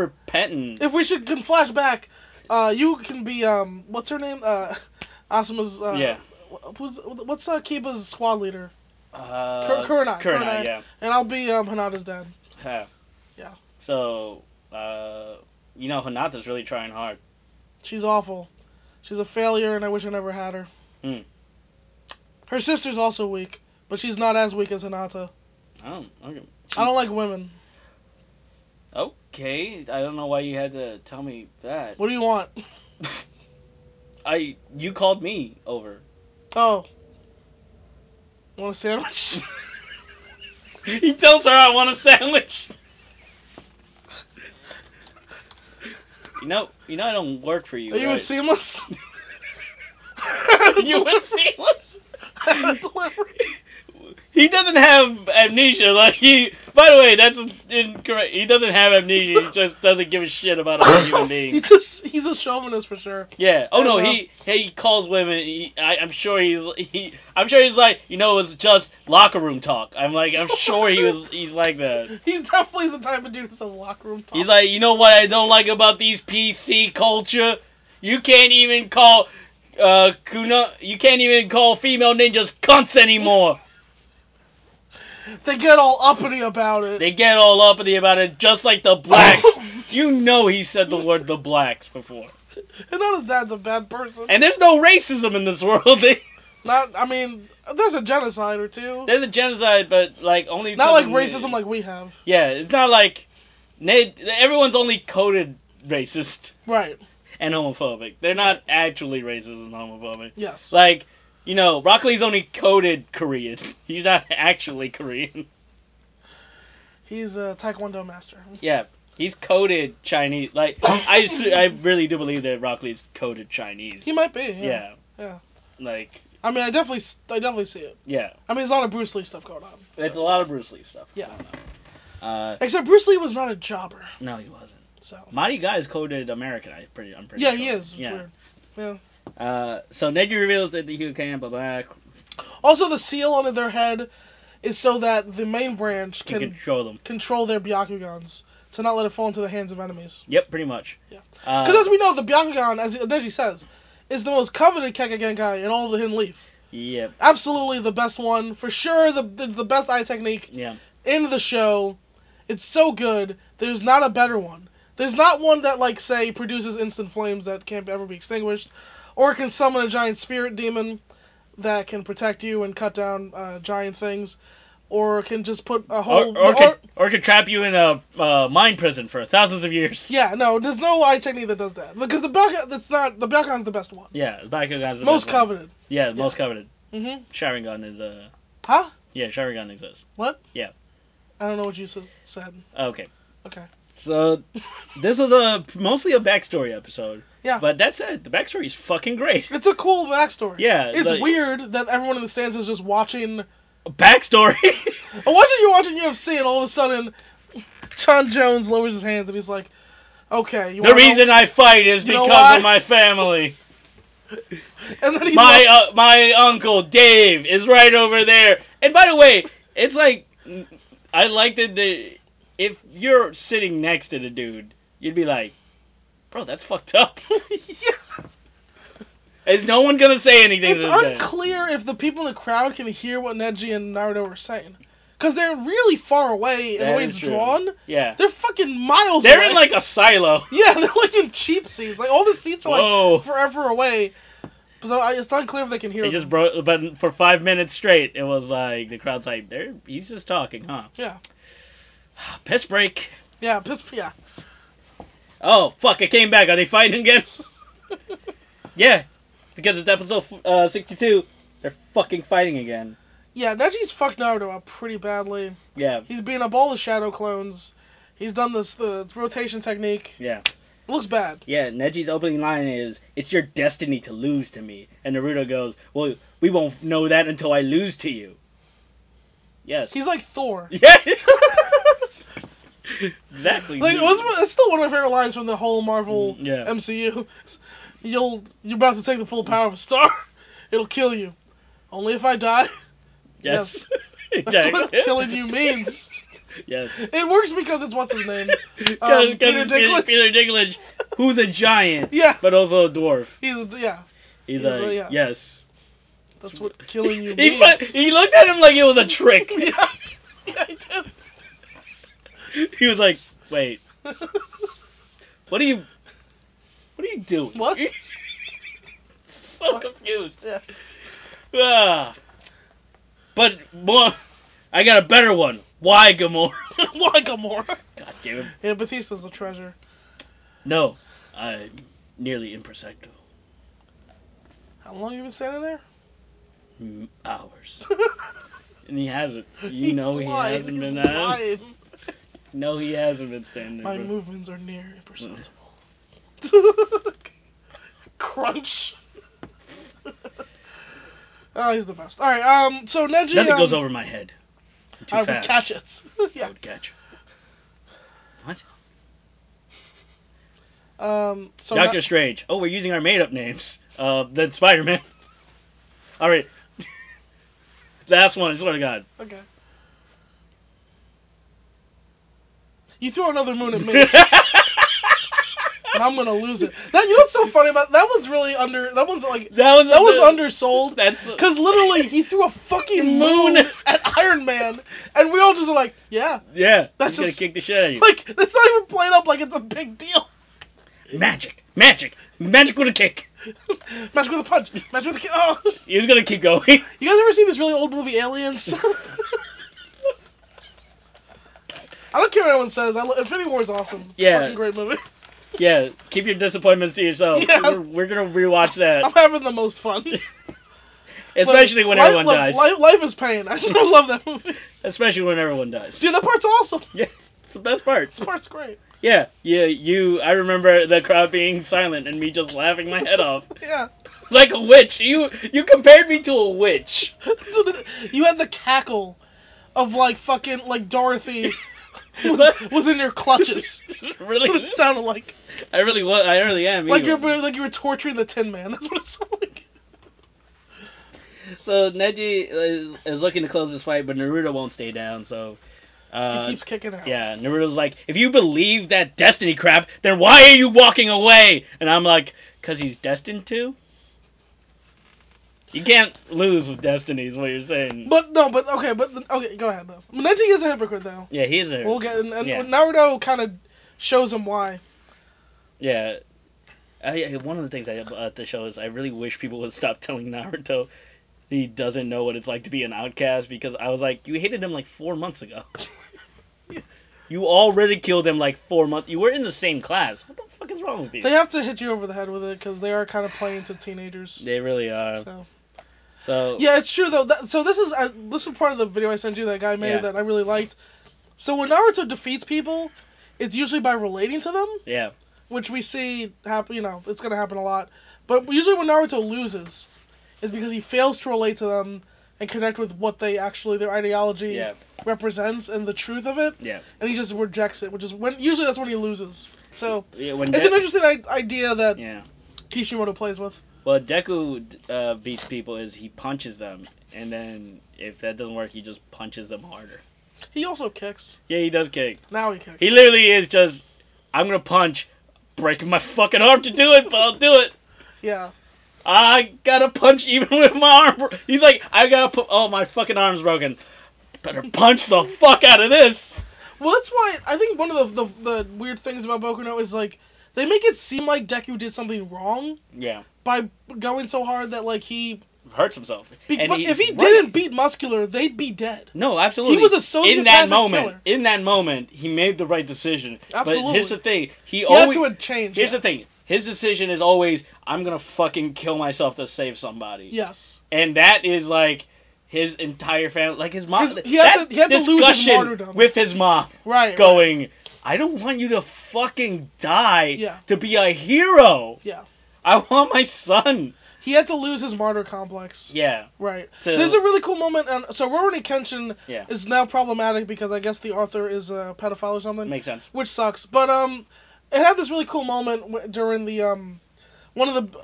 Speaker 1: unrepentant.
Speaker 2: if we should can flash back, uh, you can be um, what's her name? Uh, Asuma's. Uh,
Speaker 1: Yeah.
Speaker 2: wh- Who's what's uh, Kiba's squad leader?
Speaker 1: Uh, Kurenai,
Speaker 2: Kurenai, Kurenai.
Speaker 1: yeah.
Speaker 2: And I'll be um, Hanada's dad.
Speaker 1: Yeah.
Speaker 2: Yeah.
Speaker 1: So, uh, you know, Hinata's really trying hard.
Speaker 2: She's awful. She's a failure, and I wish I never had her.
Speaker 1: Hmm.
Speaker 2: Her sister's also weak, but she's not as weak as Hinata.
Speaker 1: I don't. Okay.
Speaker 2: I don't like women.
Speaker 1: Okay. I don't know why you had to tell me that.
Speaker 2: What do you want?
Speaker 1: I you called me over.
Speaker 2: Oh. Want a sandwich?
Speaker 1: he tells her I want a sandwich. You know, you know I don't work for you.
Speaker 2: Are you
Speaker 1: right?
Speaker 2: a seamless?
Speaker 1: You a seamless?
Speaker 2: Delivery.
Speaker 1: He doesn't have amnesia. Like he. By the way, that's incorrect. He doesn't have amnesia. He just doesn't give a shit about other human
Speaker 2: He's
Speaker 1: beings.
Speaker 2: just he's a chauvinist for sure.
Speaker 1: Yeah. Oh no.
Speaker 2: I know.
Speaker 1: He he calls women. He, I, I'm sure he's he. I'm sure he's like you know it was just locker room talk. I'm like I'm sure he was. He's like that.
Speaker 2: He's definitely the type of dude who says locker room talk.
Speaker 1: He's like, you know what I don't like about these PC culture? You can't even call uh Kuna you can't even call female ninjas cunts anymore.
Speaker 2: they get all uppity about it.
Speaker 1: They get all uppity about it just like the blacks. you know he said the word the blacks before.
Speaker 2: and not his dad's a bad person.
Speaker 1: And there's no racism in this world.
Speaker 2: not I mean, there's a genocide or two.
Speaker 1: there's a genocide but like only
Speaker 2: Not like
Speaker 1: because of-
Speaker 2: racism like we have.
Speaker 1: Yeah, it's not like they, everyone's only coded racist
Speaker 2: Right.
Speaker 1: and homophobic. They're not actually racist and homophobic.
Speaker 2: Yes.
Speaker 1: Like, you know, Brock Lee's only coded Korean. He's not actually Korean.
Speaker 2: He's a taekwondo master.
Speaker 1: Yeah, he's coded Chinese. Like, I, s- I really do believe that Brock Lee's coded Chinese.
Speaker 2: He might be.
Speaker 1: yeah.
Speaker 2: Yeah. Yeah.
Speaker 1: Like,
Speaker 2: I mean, I definitely s- I definitely see it.
Speaker 1: yeah.
Speaker 2: I mean, there's a lot of Bruce Lee stuff going on.
Speaker 1: It's a lot of Bruce Lee stuff.
Speaker 2: Yeah.
Speaker 1: Uh,
Speaker 2: Except Bruce Lee was not a jobber.
Speaker 1: no, he wasn't.
Speaker 2: So.
Speaker 1: Marty Guy is coded American. I pretty, I'm pretty.
Speaker 2: Yeah,
Speaker 1: sure.
Speaker 2: he is. It's
Speaker 1: Yeah.
Speaker 2: weird.
Speaker 1: Uh, so Neji reveals that the Hugh camp of black
Speaker 2: Also, the seal on their head is so that the main branch
Speaker 1: can
Speaker 2: can
Speaker 1: control them.
Speaker 2: control their Byakugans to not let it fall into the hands of enemies.
Speaker 1: Yep, pretty much.
Speaker 2: Yeah.
Speaker 1: Uh,
Speaker 2: Because as we know, the Byakugan, as Neji says, is the most coveted Kekagenkai in all of the Hidden Leaf.
Speaker 1: Yep.
Speaker 2: Absolutely the best one for sure. The the, the best eye technique
Speaker 1: Yeah.
Speaker 2: in the show. It's so good. There's not a better one. There's not one that like say produces instant flames that can't ever be extinguished, or can summon a giant spirit demon that can protect you and cut down uh, giant things, or can just put a
Speaker 1: Or,
Speaker 2: whole
Speaker 1: or,
Speaker 2: or-
Speaker 1: could, or could trap you in a uh, mine prison for thousands of years.
Speaker 2: Yeah, no, there's no eye technique that does that because the Bakugan that's not the Bakugan's the best one,
Speaker 1: Yeah, Bakugan's the
Speaker 2: most
Speaker 1: best one.
Speaker 2: coveted.
Speaker 1: Yeah, the most coveted.
Speaker 2: Mm-hmm.
Speaker 1: Sharingan is uh
Speaker 2: Huh?
Speaker 1: yeah, Sharingan exists.
Speaker 2: I don't know what you s- said.
Speaker 1: Okay.
Speaker 2: Okay.
Speaker 1: So this was a mostly a backstory episode.
Speaker 2: Yeah.
Speaker 1: But that said, the backstory is fucking great.
Speaker 2: It's a cool backstory.
Speaker 1: Yeah.
Speaker 2: It's
Speaker 1: the-
Speaker 2: weird that everyone in the stands is just watching. Oh,
Speaker 1: Backstory.
Speaker 2: Imagine you're watching UFC and all of a sudden, John Jones lowers his hands and he's like, "Okay, you
Speaker 1: the
Speaker 2: wanna know-
Speaker 1: reason I fight is
Speaker 2: You know
Speaker 1: because
Speaker 2: why?
Speaker 1: of my family.
Speaker 2: And then he
Speaker 1: my
Speaker 2: lo-
Speaker 1: uh, my uncle Dave is right over there. And by the way, it's like I like that the if you're sitting next to the dude, you'd be like, bro, that's fucked up.
Speaker 2: Yeah.
Speaker 1: Is no one gonna say anything
Speaker 2: It's
Speaker 1: to this guy?
Speaker 2: unclear if the people in the crowd can hear what Neji and Naruto are saying, because they're really far away in the
Speaker 1: That
Speaker 2: way
Speaker 1: is
Speaker 2: it's
Speaker 1: true.
Speaker 2: drawn.
Speaker 1: Yeah,
Speaker 2: They're fucking miles.
Speaker 1: they're
Speaker 2: away.
Speaker 1: in like a silo.
Speaker 2: Yeah, they're like in cheap seats. Like all the seats are like
Speaker 1: Whoa.
Speaker 2: forever away. So I, it's unclear if they can hear.
Speaker 1: They
Speaker 2: them.
Speaker 1: just broke, but for five minutes straight, it was like the crowd's like, "There, he's just talking, huh?"
Speaker 2: Yeah.
Speaker 1: Piss break.
Speaker 2: Yeah, piss. Yeah.
Speaker 1: Oh fuck! It came back. Are they fighting again? yeah, because it's episode uh, sixty-two. They're fucking fighting again.
Speaker 2: Yeah, Neji's fucked Naruto up pretty badly.
Speaker 1: Yeah,
Speaker 2: He's beating up all the shadow clones. He's done this the rotation technique.
Speaker 1: yeah,
Speaker 2: It looks bad.
Speaker 1: yeah. Neji's opening line is, "It's your destiny to lose to me," and Naruto goes, "Well, we won't know that until I lose to you." Yes.
Speaker 2: He's like Thor.
Speaker 1: Yeah. exactly.
Speaker 2: Like it
Speaker 1: dude.
Speaker 2: was, it's still one of my favorite lines from the whole Marvel
Speaker 1: Mm, Yeah.
Speaker 2: MCU. You'll you're about to take the full power of a star. It'll kill you. Only if I die.
Speaker 1: Yes.
Speaker 2: That's
Speaker 1: Exactly.
Speaker 2: what killing you means.
Speaker 1: Yes.
Speaker 2: It works because it's what's his name.
Speaker 1: Because
Speaker 2: Um, Peter Dinklage.
Speaker 1: Peter Dinklage, who's a giant,
Speaker 2: Yeah.
Speaker 1: but also a dwarf.
Speaker 2: He's yeah.
Speaker 1: He's,
Speaker 2: He's
Speaker 1: like,
Speaker 2: a- yeah.
Speaker 1: yes.
Speaker 2: That's what killing you
Speaker 1: He,
Speaker 2: means.
Speaker 1: fu- he looked at him like it was a trick.
Speaker 2: yeah, yeah, I did.
Speaker 1: he was like, wait, what are you, what are you doing?
Speaker 2: What?
Speaker 1: so
Speaker 2: What?
Speaker 1: confused.
Speaker 2: Yeah.
Speaker 1: Ah. But more, I got a better one. Why Gamora?
Speaker 2: Why Gamora?
Speaker 1: God damn it.
Speaker 2: Yeah, Batista's the treasure.
Speaker 1: No, I nearly imperceptible.
Speaker 2: How long you been standing there?
Speaker 1: Mm, Hours. And he hasn't. You
Speaker 2: He's
Speaker 1: know he
Speaker 2: lying,
Speaker 1: hasn't
Speaker 2: he's
Speaker 1: been out.
Speaker 2: lying.
Speaker 1: No, he hasn't been standing.
Speaker 2: My
Speaker 1: bro.
Speaker 2: movements are near imperceptible. Crunch. oh, he's the best. All right. Um. So Neji.
Speaker 1: Nothing
Speaker 2: um,
Speaker 1: goes over my head. I'm too
Speaker 2: I would
Speaker 1: fast.
Speaker 2: catch it.
Speaker 1: I
Speaker 2: yeah.
Speaker 1: would catch. What?
Speaker 2: Um. So
Speaker 1: Doctor Strange. Oh, we're using our made-up names. Uh, then Spider-Man. All right. Last one. I swear to God.
Speaker 2: Ne- okay. You throw another moon at me.
Speaker 1: that
Speaker 2: and I'm gonna lose it. That you know what's so funny about that one's really under that one's like
Speaker 1: was
Speaker 2: that one's undersold
Speaker 1: That's
Speaker 2: because literally he threw a fucking
Speaker 1: Moon.
Speaker 2: moon at Iron Man, and we all just were like, yeah,
Speaker 1: yeah.
Speaker 2: That's
Speaker 1: That's gonna
Speaker 2: just-
Speaker 1: kick the shit out of you.
Speaker 2: like that's not even played up like it's a big deal.
Speaker 1: Magic, magic, magic with a kick.
Speaker 2: Match with a punch, match with a kick. Oh,
Speaker 1: He was gonna keep going.
Speaker 2: you guys ever seen this really old movie Aliens? I don't care what anyone says. I lo- Infinity War is awesome. It's
Speaker 1: Yeah.
Speaker 2: a fucking great movie.
Speaker 1: yeah. Keep your disappointments to yourself.
Speaker 2: Yeah.
Speaker 1: We're, we're gonna rewatch that,
Speaker 2: I'm having the most fun,
Speaker 1: especially when
Speaker 2: Life-
Speaker 1: everyone
Speaker 2: look,
Speaker 1: dies.
Speaker 2: Life, life is pain. I just love that movie,
Speaker 1: Especially when everyone dies.
Speaker 2: dude. That part's awesome.
Speaker 1: It's the best part.
Speaker 2: This part's great.
Speaker 1: Yeah, yeah, you. I remember the crowd being silent and me just laughing my head off
Speaker 2: Yeah.
Speaker 1: like a witch. You you compared me to a witch.
Speaker 2: That's what it- you had the cackle of like fucking like Dorothy was,
Speaker 1: What?
Speaker 2: was in your clutches. That's what
Speaker 1: really,
Speaker 2: it sounded like.
Speaker 1: I really was. I really am.
Speaker 2: Like you
Speaker 1: evil.
Speaker 2: were like you were torturing the Tin Man. That's what it sounded like.
Speaker 1: So Neji is, is looking to close this fight, but Naruto won't stay down. So.
Speaker 2: He
Speaker 1: Uh,
Speaker 2: keeps kicking out.
Speaker 1: yeah, Naruto's like, if you believe that destiny crap, then why are you walking away? And I'm like, cause he's destined to. You can't lose with Destiny, is what you're saying.
Speaker 2: But no, but okay, but okay, go ahead. though. Neji is a hypocrite though.
Speaker 1: yeah, he is a
Speaker 2: We'll get and, and
Speaker 1: Yeah.
Speaker 2: Naruto kind of shows him why.
Speaker 1: yeah. I, I- one of the things I about the show is I really wish people would stop telling Naruto he doesn't know what it's like to be an outcast because I was like, you hated him like four months ago. you all ridiculed him like four months. You were in the same class. What the fuck is wrong with you?
Speaker 2: They have to hit you over the head with it because they are kind of playing to teenagers.
Speaker 1: They really are.
Speaker 2: So
Speaker 1: So
Speaker 2: yeah, it's true though. That, so this is uh, this is part of the video I sent you that guy made
Speaker 1: Yeah.
Speaker 2: that I really liked. So when Naruto defeats people, it's usually by relating to them,
Speaker 1: yeah,
Speaker 2: which we see happen. You know, it's gonna happen a lot. But usually when Naruto loses, is because he fails to relate to them and connect with what they actually their ideology
Speaker 1: yeah,
Speaker 2: represents and the truth of it,
Speaker 1: yeah.
Speaker 2: and he just rejects it, which is when usually that's when he loses. So
Speaker 1: yeah when
Speaker 2: it's
Speaker 1: De-
Speaker 2: an interesting I- idea that
Speaker 1: yeah.
Speaker 2: Kishimoto plays with.
Speaker 1: Well, Deku uh, beats people is he punches them, and then if that doesn't work, he just punches them harder.
Speaker 2: He also kicks.
Speaker 1: Yeah, he does kick.
Speaker 2: Now he kicks.
Speaker 1: He literally is just, I'm gonna punch, breaking my fucking arm to do it, but I'll do it.
Speaker 2: yeah.
Speaker 1: I gotta punch even with my arm. bro- He's like, I gotta put, oh my fucking arm's broken. Better punch the fuck out of this.
Speaker 2: Well, that's why I think one of the, the the weird things about Boku no is like they make it seem like Deku did something wrong
Speaker 1: Yeah,
Speaker 2: by going so hard that like he.
Speaker 1: hurts himself.
Speaker 2: Be,
Speaker 1: And
Speaker 2: but
Speaker 1: he's
Speaker 2: if he
Speaker 1: right.
Speaker 2: didn't beat Muscular, they'd be dead.
Speaker 1: No, absolutely.
Speaker 2: He was a sociopathic
Speaker 1: in that moment.
Speaker 2: killer.
Speaker 1: In that moment, he made the right decision. But
Speaker 2: Absolutely.
Speaker 1: here's the thing. He,
Speaker 2: He had
Speaker 1: always
Speaker 2: to have changed.
Speaker 1: Here's
Speaker 2: yeah.
Speaker 1: the thing. His decision is always, I'm gonna fucking kill myself to save somebody.
Speaker 2: Yes.
Speaker 1: And that is like his entire family, like his mom.
Speaker 2: His- he had
Speaker 1: that
Speaker 2: to- he had to lose his
Speaker 1: discussion
Speaker 2: martyrdom.
Speaker 1: with his mom,
Speaker 2: Right. right.
Speaker 1: going, I don't want you to fucking die
Speaker 2: Yeah.
Speaker 1: to be a hero.
Speaker 2: Yeah.
Speaker 1: I want my son.
Speaker 2: He had to lose his martyr complex.
Speaker 1: Yeah.
Speaker 2: Right.
Speaker 1: To,
Speaker 2: There's a really cool moment, and so Rurouni Kenshin
Speaker 1: Yeah.
Speaker 2: is now problematic because I guess the author is a pedophile or something.
Speaker 1: makes sense.
Speaker 2: which sucks. But um, it had this really cool moment w- during the um, one of the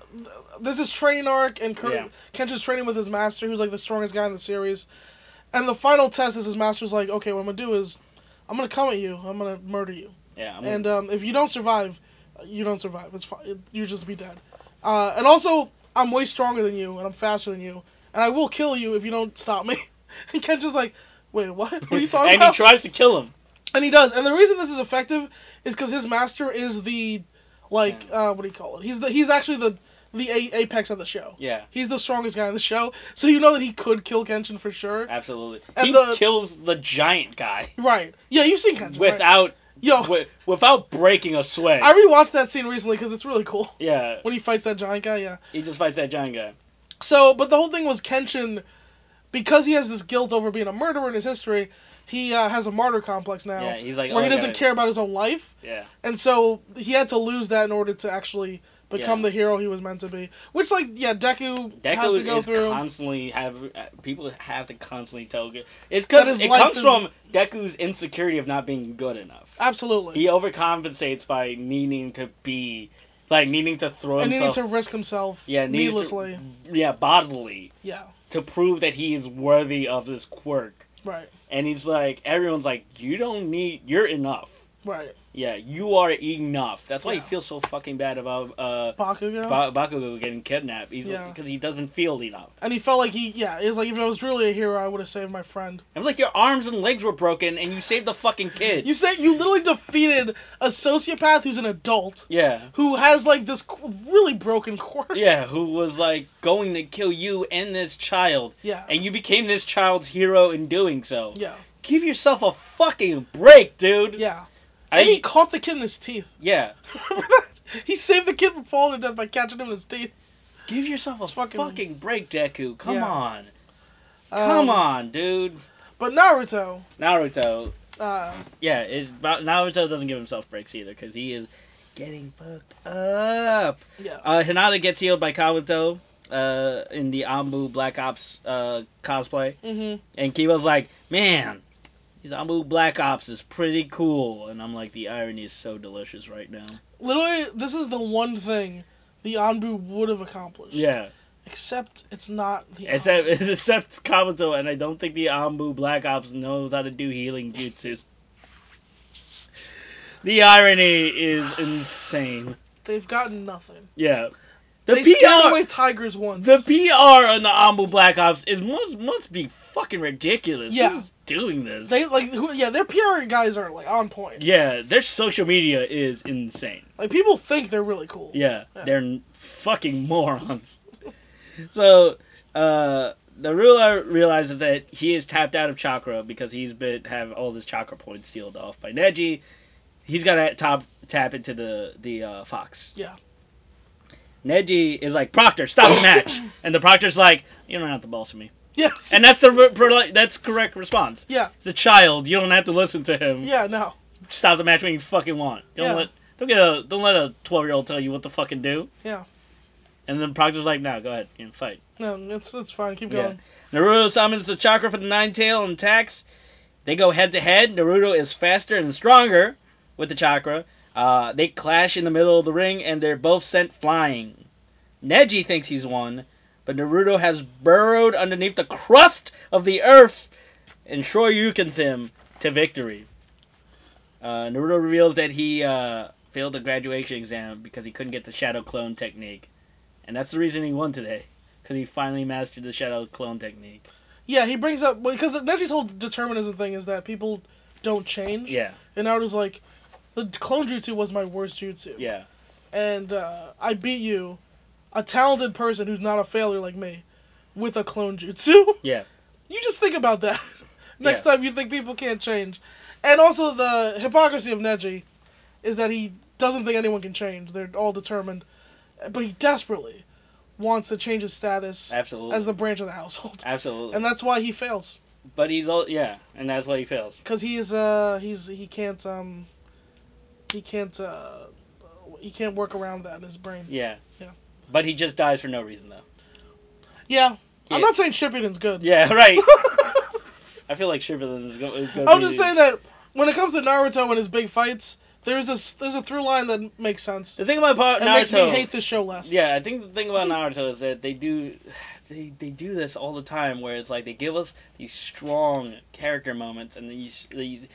Speaker 2: there's this training arc and Kur-
Speaker 1: Yeah.
Speaker 2: Kenshin's training with his master, who's like the strongest guy in the series. And the final test is his master's like, okay, what I'm gonna do is, I'm gonna come at you, I'm gonna murder you,
Speaker 1: Yeah. I'm
Speaker 2: and um, if you don't survive, you don't survive. It's fine. You just be dead. Uh, and also, I'm way stronger than you, and I'm faster than you, and I will kill you if you don't stop me. and Kenshin's like, wait, what? What are you talking
Speaker 1: and
Speaker 2: about?
Speaker 1: he tries to kill him.
Speaker 2: And he does. And the reason this is effective is because his master is the, like, uh, what do you call it? He's the he's actually the the a- apex of the show.
Speaker 1: Yeah.
Speaker 2: He's the strongest guy in the show, so you know that he could kill Kenshin for sure.
Speaker 1: Absolutely.
Speaker 2: And
Speaker 1: he
Speaker 2: the-
Speaker 1: kills the giant guy
Speaker 2: Right. Yeah, you've seen Kenshin. right?
Speaker 1: without
Speaker 2: Yo,
Speaker 1: wi- without breaking a sweat.
Speaker 2: I rewatched that scene recently because it's really cool
Speaker 1: yeah.
Speaker 2: when he fights that giant guy. Yeah.
Speaker 1: He just fights that giant guy.
Speaker 2: So, but the whole thing was Kenshin, because he has this guilt over being a murderer in his history, he uh, has a martyr complex now,
Speaker 1: Yeah, he's like,
Speaker 2: where
Speaker 1: oh,
Speaker 2: he
Speaker 1: I
Speaker 2: doesn't
Speaker 1: gotta-
Speaker 2: care about his own life.
Speaker 1: Yeah,
Speaker 2: And so he had to lose that in order to actually become
Speaker 1: Yeah.
Speaker 2: the hero he was meant to be. Which, like, yeah, Deku, has to
Speaker 1: Deku
Speaker 2: go
Speaker 1: is
Speaker 2: through.
Speaker 1: constantly have uh, people have to constantly tell. Ge- It's
Speaker 2: That
Speaker 1: because
Speaker 2: his
Speaker 1: it
Speaker 2: life
Speaker 1: comes
Speaker 2: is-
Speaker 1: from Deku's insecurity of not being good enough.
Speaker 2: Absolutely.
Speaker 1: He overcompensates by needing to be, like needing to throw
Speaker 2: and needing
Speaker 1: himself,
Speaker 2: to risk himself
Speaker 1: yeah, needs to-
Speaker 2: needlessly.
Speaker 1: yeah, bodily
Speaker 2: Yeah,
Speaker 1: to prove that he is worthy of this quirk.
Speaker 2: right,
Speaker 1: And he's like, everyone's like, you don't need, you're enough.
Speaker 2: right.
Speaker 1: Yeah, you are enough. That's why
Speaker 2: Yeah.
Speaker 1: he feels so fucking bad about uh,
Speaker 2: Bakugo.
Speaker 1: ba- Bakugo getting kidnapped. He's
Speaker 2: Yeah.
Speaker 1: because he doesn't feel enough.
Speaker 2: and he felt like he, yeah, he was like, if I was really a hero, I would have saved my friend.
Speaker 1: I'm like, your arms and legs were broken, and you saved the fucking kid.
Speaker 2: You said you literally defeated a sociopath who's an adult
Speaker 1: yeah,
Speaker 2: who has, like, this qu- really broken quirk.
Speaker 1: yeah, who was like going to kill you and this child,
Speaker 2: Yeah.
Speaker 1: and you became this child's hero in doing so.
Speaker 2: Yeah.
Speaker 1: Give yourself a fucking break, dude.
Speaker 2: Yeah.
Speaker 1: I,
Speaker 2: and he caught the kid in his teeth.
Speaker 1: yeah.
Speaker 2: Remember that? He saved the kid from falling to death by catching him in his teeth.
Speaker 1: Give yourself a
Speaker 2: It's fucking-
Speaker 1: fucking... break, Deku. Come
Speaker 2: Yeah.
Speaker 1: on, come
Speaker 2: Um,
Speaker 1: on, dude.
Speaker 2: But Naruto,
Speaker 1: Naruto,
Speaker 2: uh,
Speaker 1: yeah, it, Ba- Naruto doesn't give himself breaks either because he is getting fucked up.
Speaker 2: yeah,
Speaker 1: Uh, Hinata gets healed by Kabuto uh, in the Ambu Black Ops uh, cosplay,
Speaker 2: mm-hmm.
Speaker 1: and Kiba's like, "Man, these Ambu Black Ops is pretty cool." And I'm like, "The irony is so delicious right now."
Speaker 2: literally, this is the one thing the Anbu would have accomplished.
Speaker 1: Yeah,
Speaker 2: Except it's not the.
Speaker 1: except
Speaker 2: Anbu.
Speaker 1: except Kabuto, and I don't think the Ambu Black Ops knows how to do healing jutsus. The irony is insane.
Speaker 2: they've gotten nothing.
Speaker 1: Yeah, The
Speaker 2: they scared
Speaker 1: PR,
Speaker 2: away tigers once.
Speaker 1: the PR on the Ombu Black Ops is must must be fucking ridiculous.
Speaker 2: Yeah.
Speaker 1: Who's doing this?
Speaker 2: they like who, yeah, their PR guys are like on point.
Speaker 1: yeah, their social media is insane.
Speaker 2: Like people think they're really cool.
Speaker 1: Yeah,
Speaker 2: Yeah.
Speaker 1: they're n- fucking morons. so, uh, the ruler realizes that he is tapped out of chakra because he's been have all his chakra points sealed off by Neji. He's gotta top tap into the the uh, fox.
Speaker 2: Yeah.
Speaker 1: Neji is like Proctor, stop the match, and the Proctor's like, you don't have to boss me,
Speaker 2: Yes.
Speaker 1: and that's the re- pro- that's correct response.
Speaker 2: yeah.
Speaker 1: It's a child. You don't have to listen to him.
Speaker 2: Yeah. No.
Speaker 1: Stop the match when you fucking want. Don't
Speaker 2: Yeah.
Speaker 1: let don't get a don't let a twelve year old tell you what to fucking do.
Speaker 2: Yeah.
Speaker 1: And then Proctor's like, no, go ahead and fight.
Speaker 2: No. It's it's fine. Keep
Speaker 1: Yeah.
Speaker 2: going.
Speaker 1: Naruto summons the chakra for the nine tail and attacks. They go head to head. Naruto is faster and stronger with the chakra. Uh, they clash in the middle of the ring and they're both sent flying. Neji thinks he's won, but Naruto has burrowed underneath the crust of the earth and Shoryukens him to victory. Uh, Naruto reveals that he uh, failed the graduation exam because he couldn't get the shadow clone technique. And that's the reason he won today, because he finally mastered the shadow clone technique.
Speaker 2: Yeah. He brings up because Neji's whole determinism thing is that people don't change.
Speaker 1: Yeah,
Speaker 2: And I was like, the clone jutsu was my worst jutsu.
Speaker 1: yeah,
Speaker 2: and uh, I beat you, a talented person who's not a failure like me, with a clone jutsu.
Speaker 1: Yeah.
Speaker 2: You just think about that. Next time you think people can't change. And also the hypocrisy of Neji is that he doesn't think anyone can change. They're all determined. But he desperately wants to change his status
Speaker 1: absolutely.
Speaker 2: as the branch of the household.
Speaker 1: absolutely.
Speaker 2: And that's why he fails.
Speaker 1: but he's all yeah, and that's why he fails.
Speaker 2: Because he is uh he's he can't um he can't uh he can't work around that in his brain.
Speaker 1: Yeah.
Speaker 2: Yeah.
Speaker 1: But he just dies for no reason though.
Speaker 2: Yeah.
Speaker 1: Yeah.
Speaker 2: I'm not saying Shippington's good.
Speaker 1: Yeah, right. I feel like Shippuden is going. to
Speaker 2: I'm just saying that when it comes to Naruto and his big fights, there's a there's a through line that makes sense
Speaker 1: The thing about pa-
Speaker 2: and
Speaker 1: Naruto.
Speaker 2: makes me hate this show less.
Speaker 1: Yeah, I think the thing about Naruto is that they do, they they do this all the time where it's like they give us these strong character moments and these these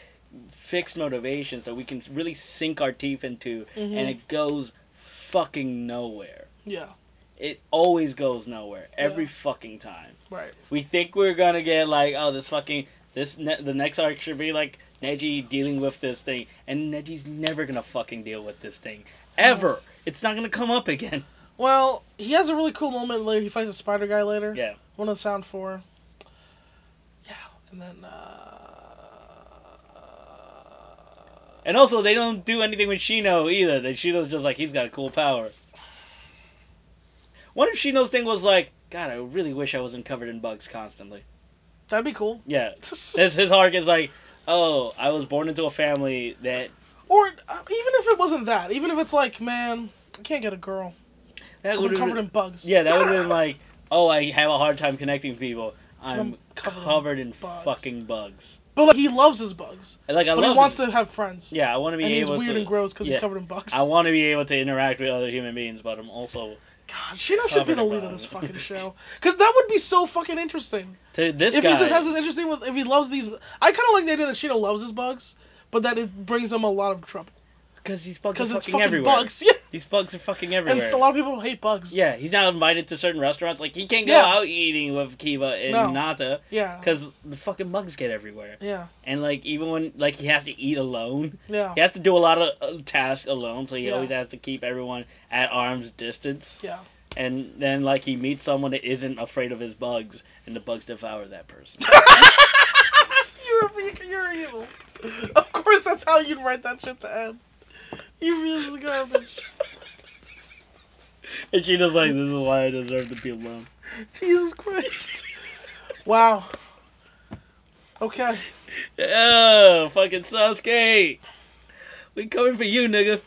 Speaker 1: fixed motivations that we can really sink our teeth into,
Speaker 2: Mhm.
Speaker 1: and it goes fucking nowhere.
Speaker 2: yeah,
Speaker 1: It always goes nowhere every
Speaker 2: Yeah.
Speaker 1: fucking time.
Speaker 2: right.
Speaker 1: We think we're gonna get like oh this fucking this ne- the next arc should be like Neji dealing with this thing, and Neji's never gonna fucking deal with this thing ever. It's not gonna come up again.
Speaker 2: Well, he has a really cool moment later. He fights a spider guy later.
Speaker 1: Yeah.
Speaker 2: One of the sound four. Yeah, and then uh,
Speaker 1: And also, they don't do anything with Shino either. That Shino's just like he's got a cool power. What if Shino's thing was like, God, I really wish I wasn't covered in bugs constantly.
Speaker 2: that'd be cool.
Speaker 1: Yeah, his his arc is like, oh, I was born into a family that
Speaker 2: or uh, even if it wasn't that, even if it's like, man, I can't get a girl
Speaker 1: that
Speaker 2: 'cause
Speaker 1: would
Speaker 2: I'm covered in bugs.
Speaker 1: yeah, that would have been like, oh, I have a hard time connecting with people. I'm,
Speaker 2: I'm covered in
Speaker 1: covered in
Speaker 2: bugs."
Speaker 1: fucking bugs.
Speaker 2: But like, he loves his bugs.
Speaker 1: And, Like I
Speaker 2: but
Speaker 1: love
Speaker 2: he wants
Speaker 1: it.
Speaker 2: to have friends.
Speaker 1: Yeah, I want to be
Speaker 2: and he's
Speaker 1: able
Speaker 2: weird
Speaker 1: to.
Speaker 2: and gross because
Speaker 1: yeah.
Speaker 2: he's covered in bugs.
Speaker 1: I want to be able to interact with other human beings, but I'm also
Speaker 2: God, Shino should be
Speaker 1: Covered
Speaker 2: the
Speaker 1: in
Speaker 2: lead of this
Speaker 1: bugs.
Speaker 2: fucking show because that would be so fucking interesting.
Speaker 1: to this
Speaker 2: if
Speaker 1: guy.
Speaker 2: he just has this interesting, with, if he loves these, I kind of like the idea that Shino loves his bugs, but that it brings him a lot of trouble
Speaker 1: Because these bugs are
Speaker 2: because
Speaker 1: fucking,
Speaker 2: it's fucking
Speaker 1: everywhere.
Speaker 2: bugs. Yeah,
Speaker 1: These bugs are fucking
Speaker 2: and
Speaker 1: everywhere.
Speaker 2: a lot of people hate bugs.
Speaker 1: yeah, he's not invited to certain restaurants. Like he can't go
Speaker 2: Yeah.
Speaker 1: out eating with Kiva and
Speaker 2: No.
Speaker 1: Nata
Speaker 2: yeah,
Speaker 1: because the fucking bugs get everywhere.
Speaker 2: yeah,
Speaker 1: And like even when like he has to eat alone,
Speaker 2: yeah,
Speaker 1: he has to do a lot of uh, tasks alone. So he
Speaker 2: Yeah.
Speaker 1: always has to keep everyone at arm's distance.
Speaker 2: yeah.
Speaker 1: And then like he meets someone that isn't afraid of his bugs, and the bugs devour that person.
Speaker 2: You're weak, you're evil. Of course, that's how you'd write that shit to end. You really garbage.
Speaker 1: and she just like, this is why I deserve to be alone.
Speaker 2: Jesus Christ. Wow. Okay.
Speaker 1: Oh, fucking Sasuke, we coming for you, nigga.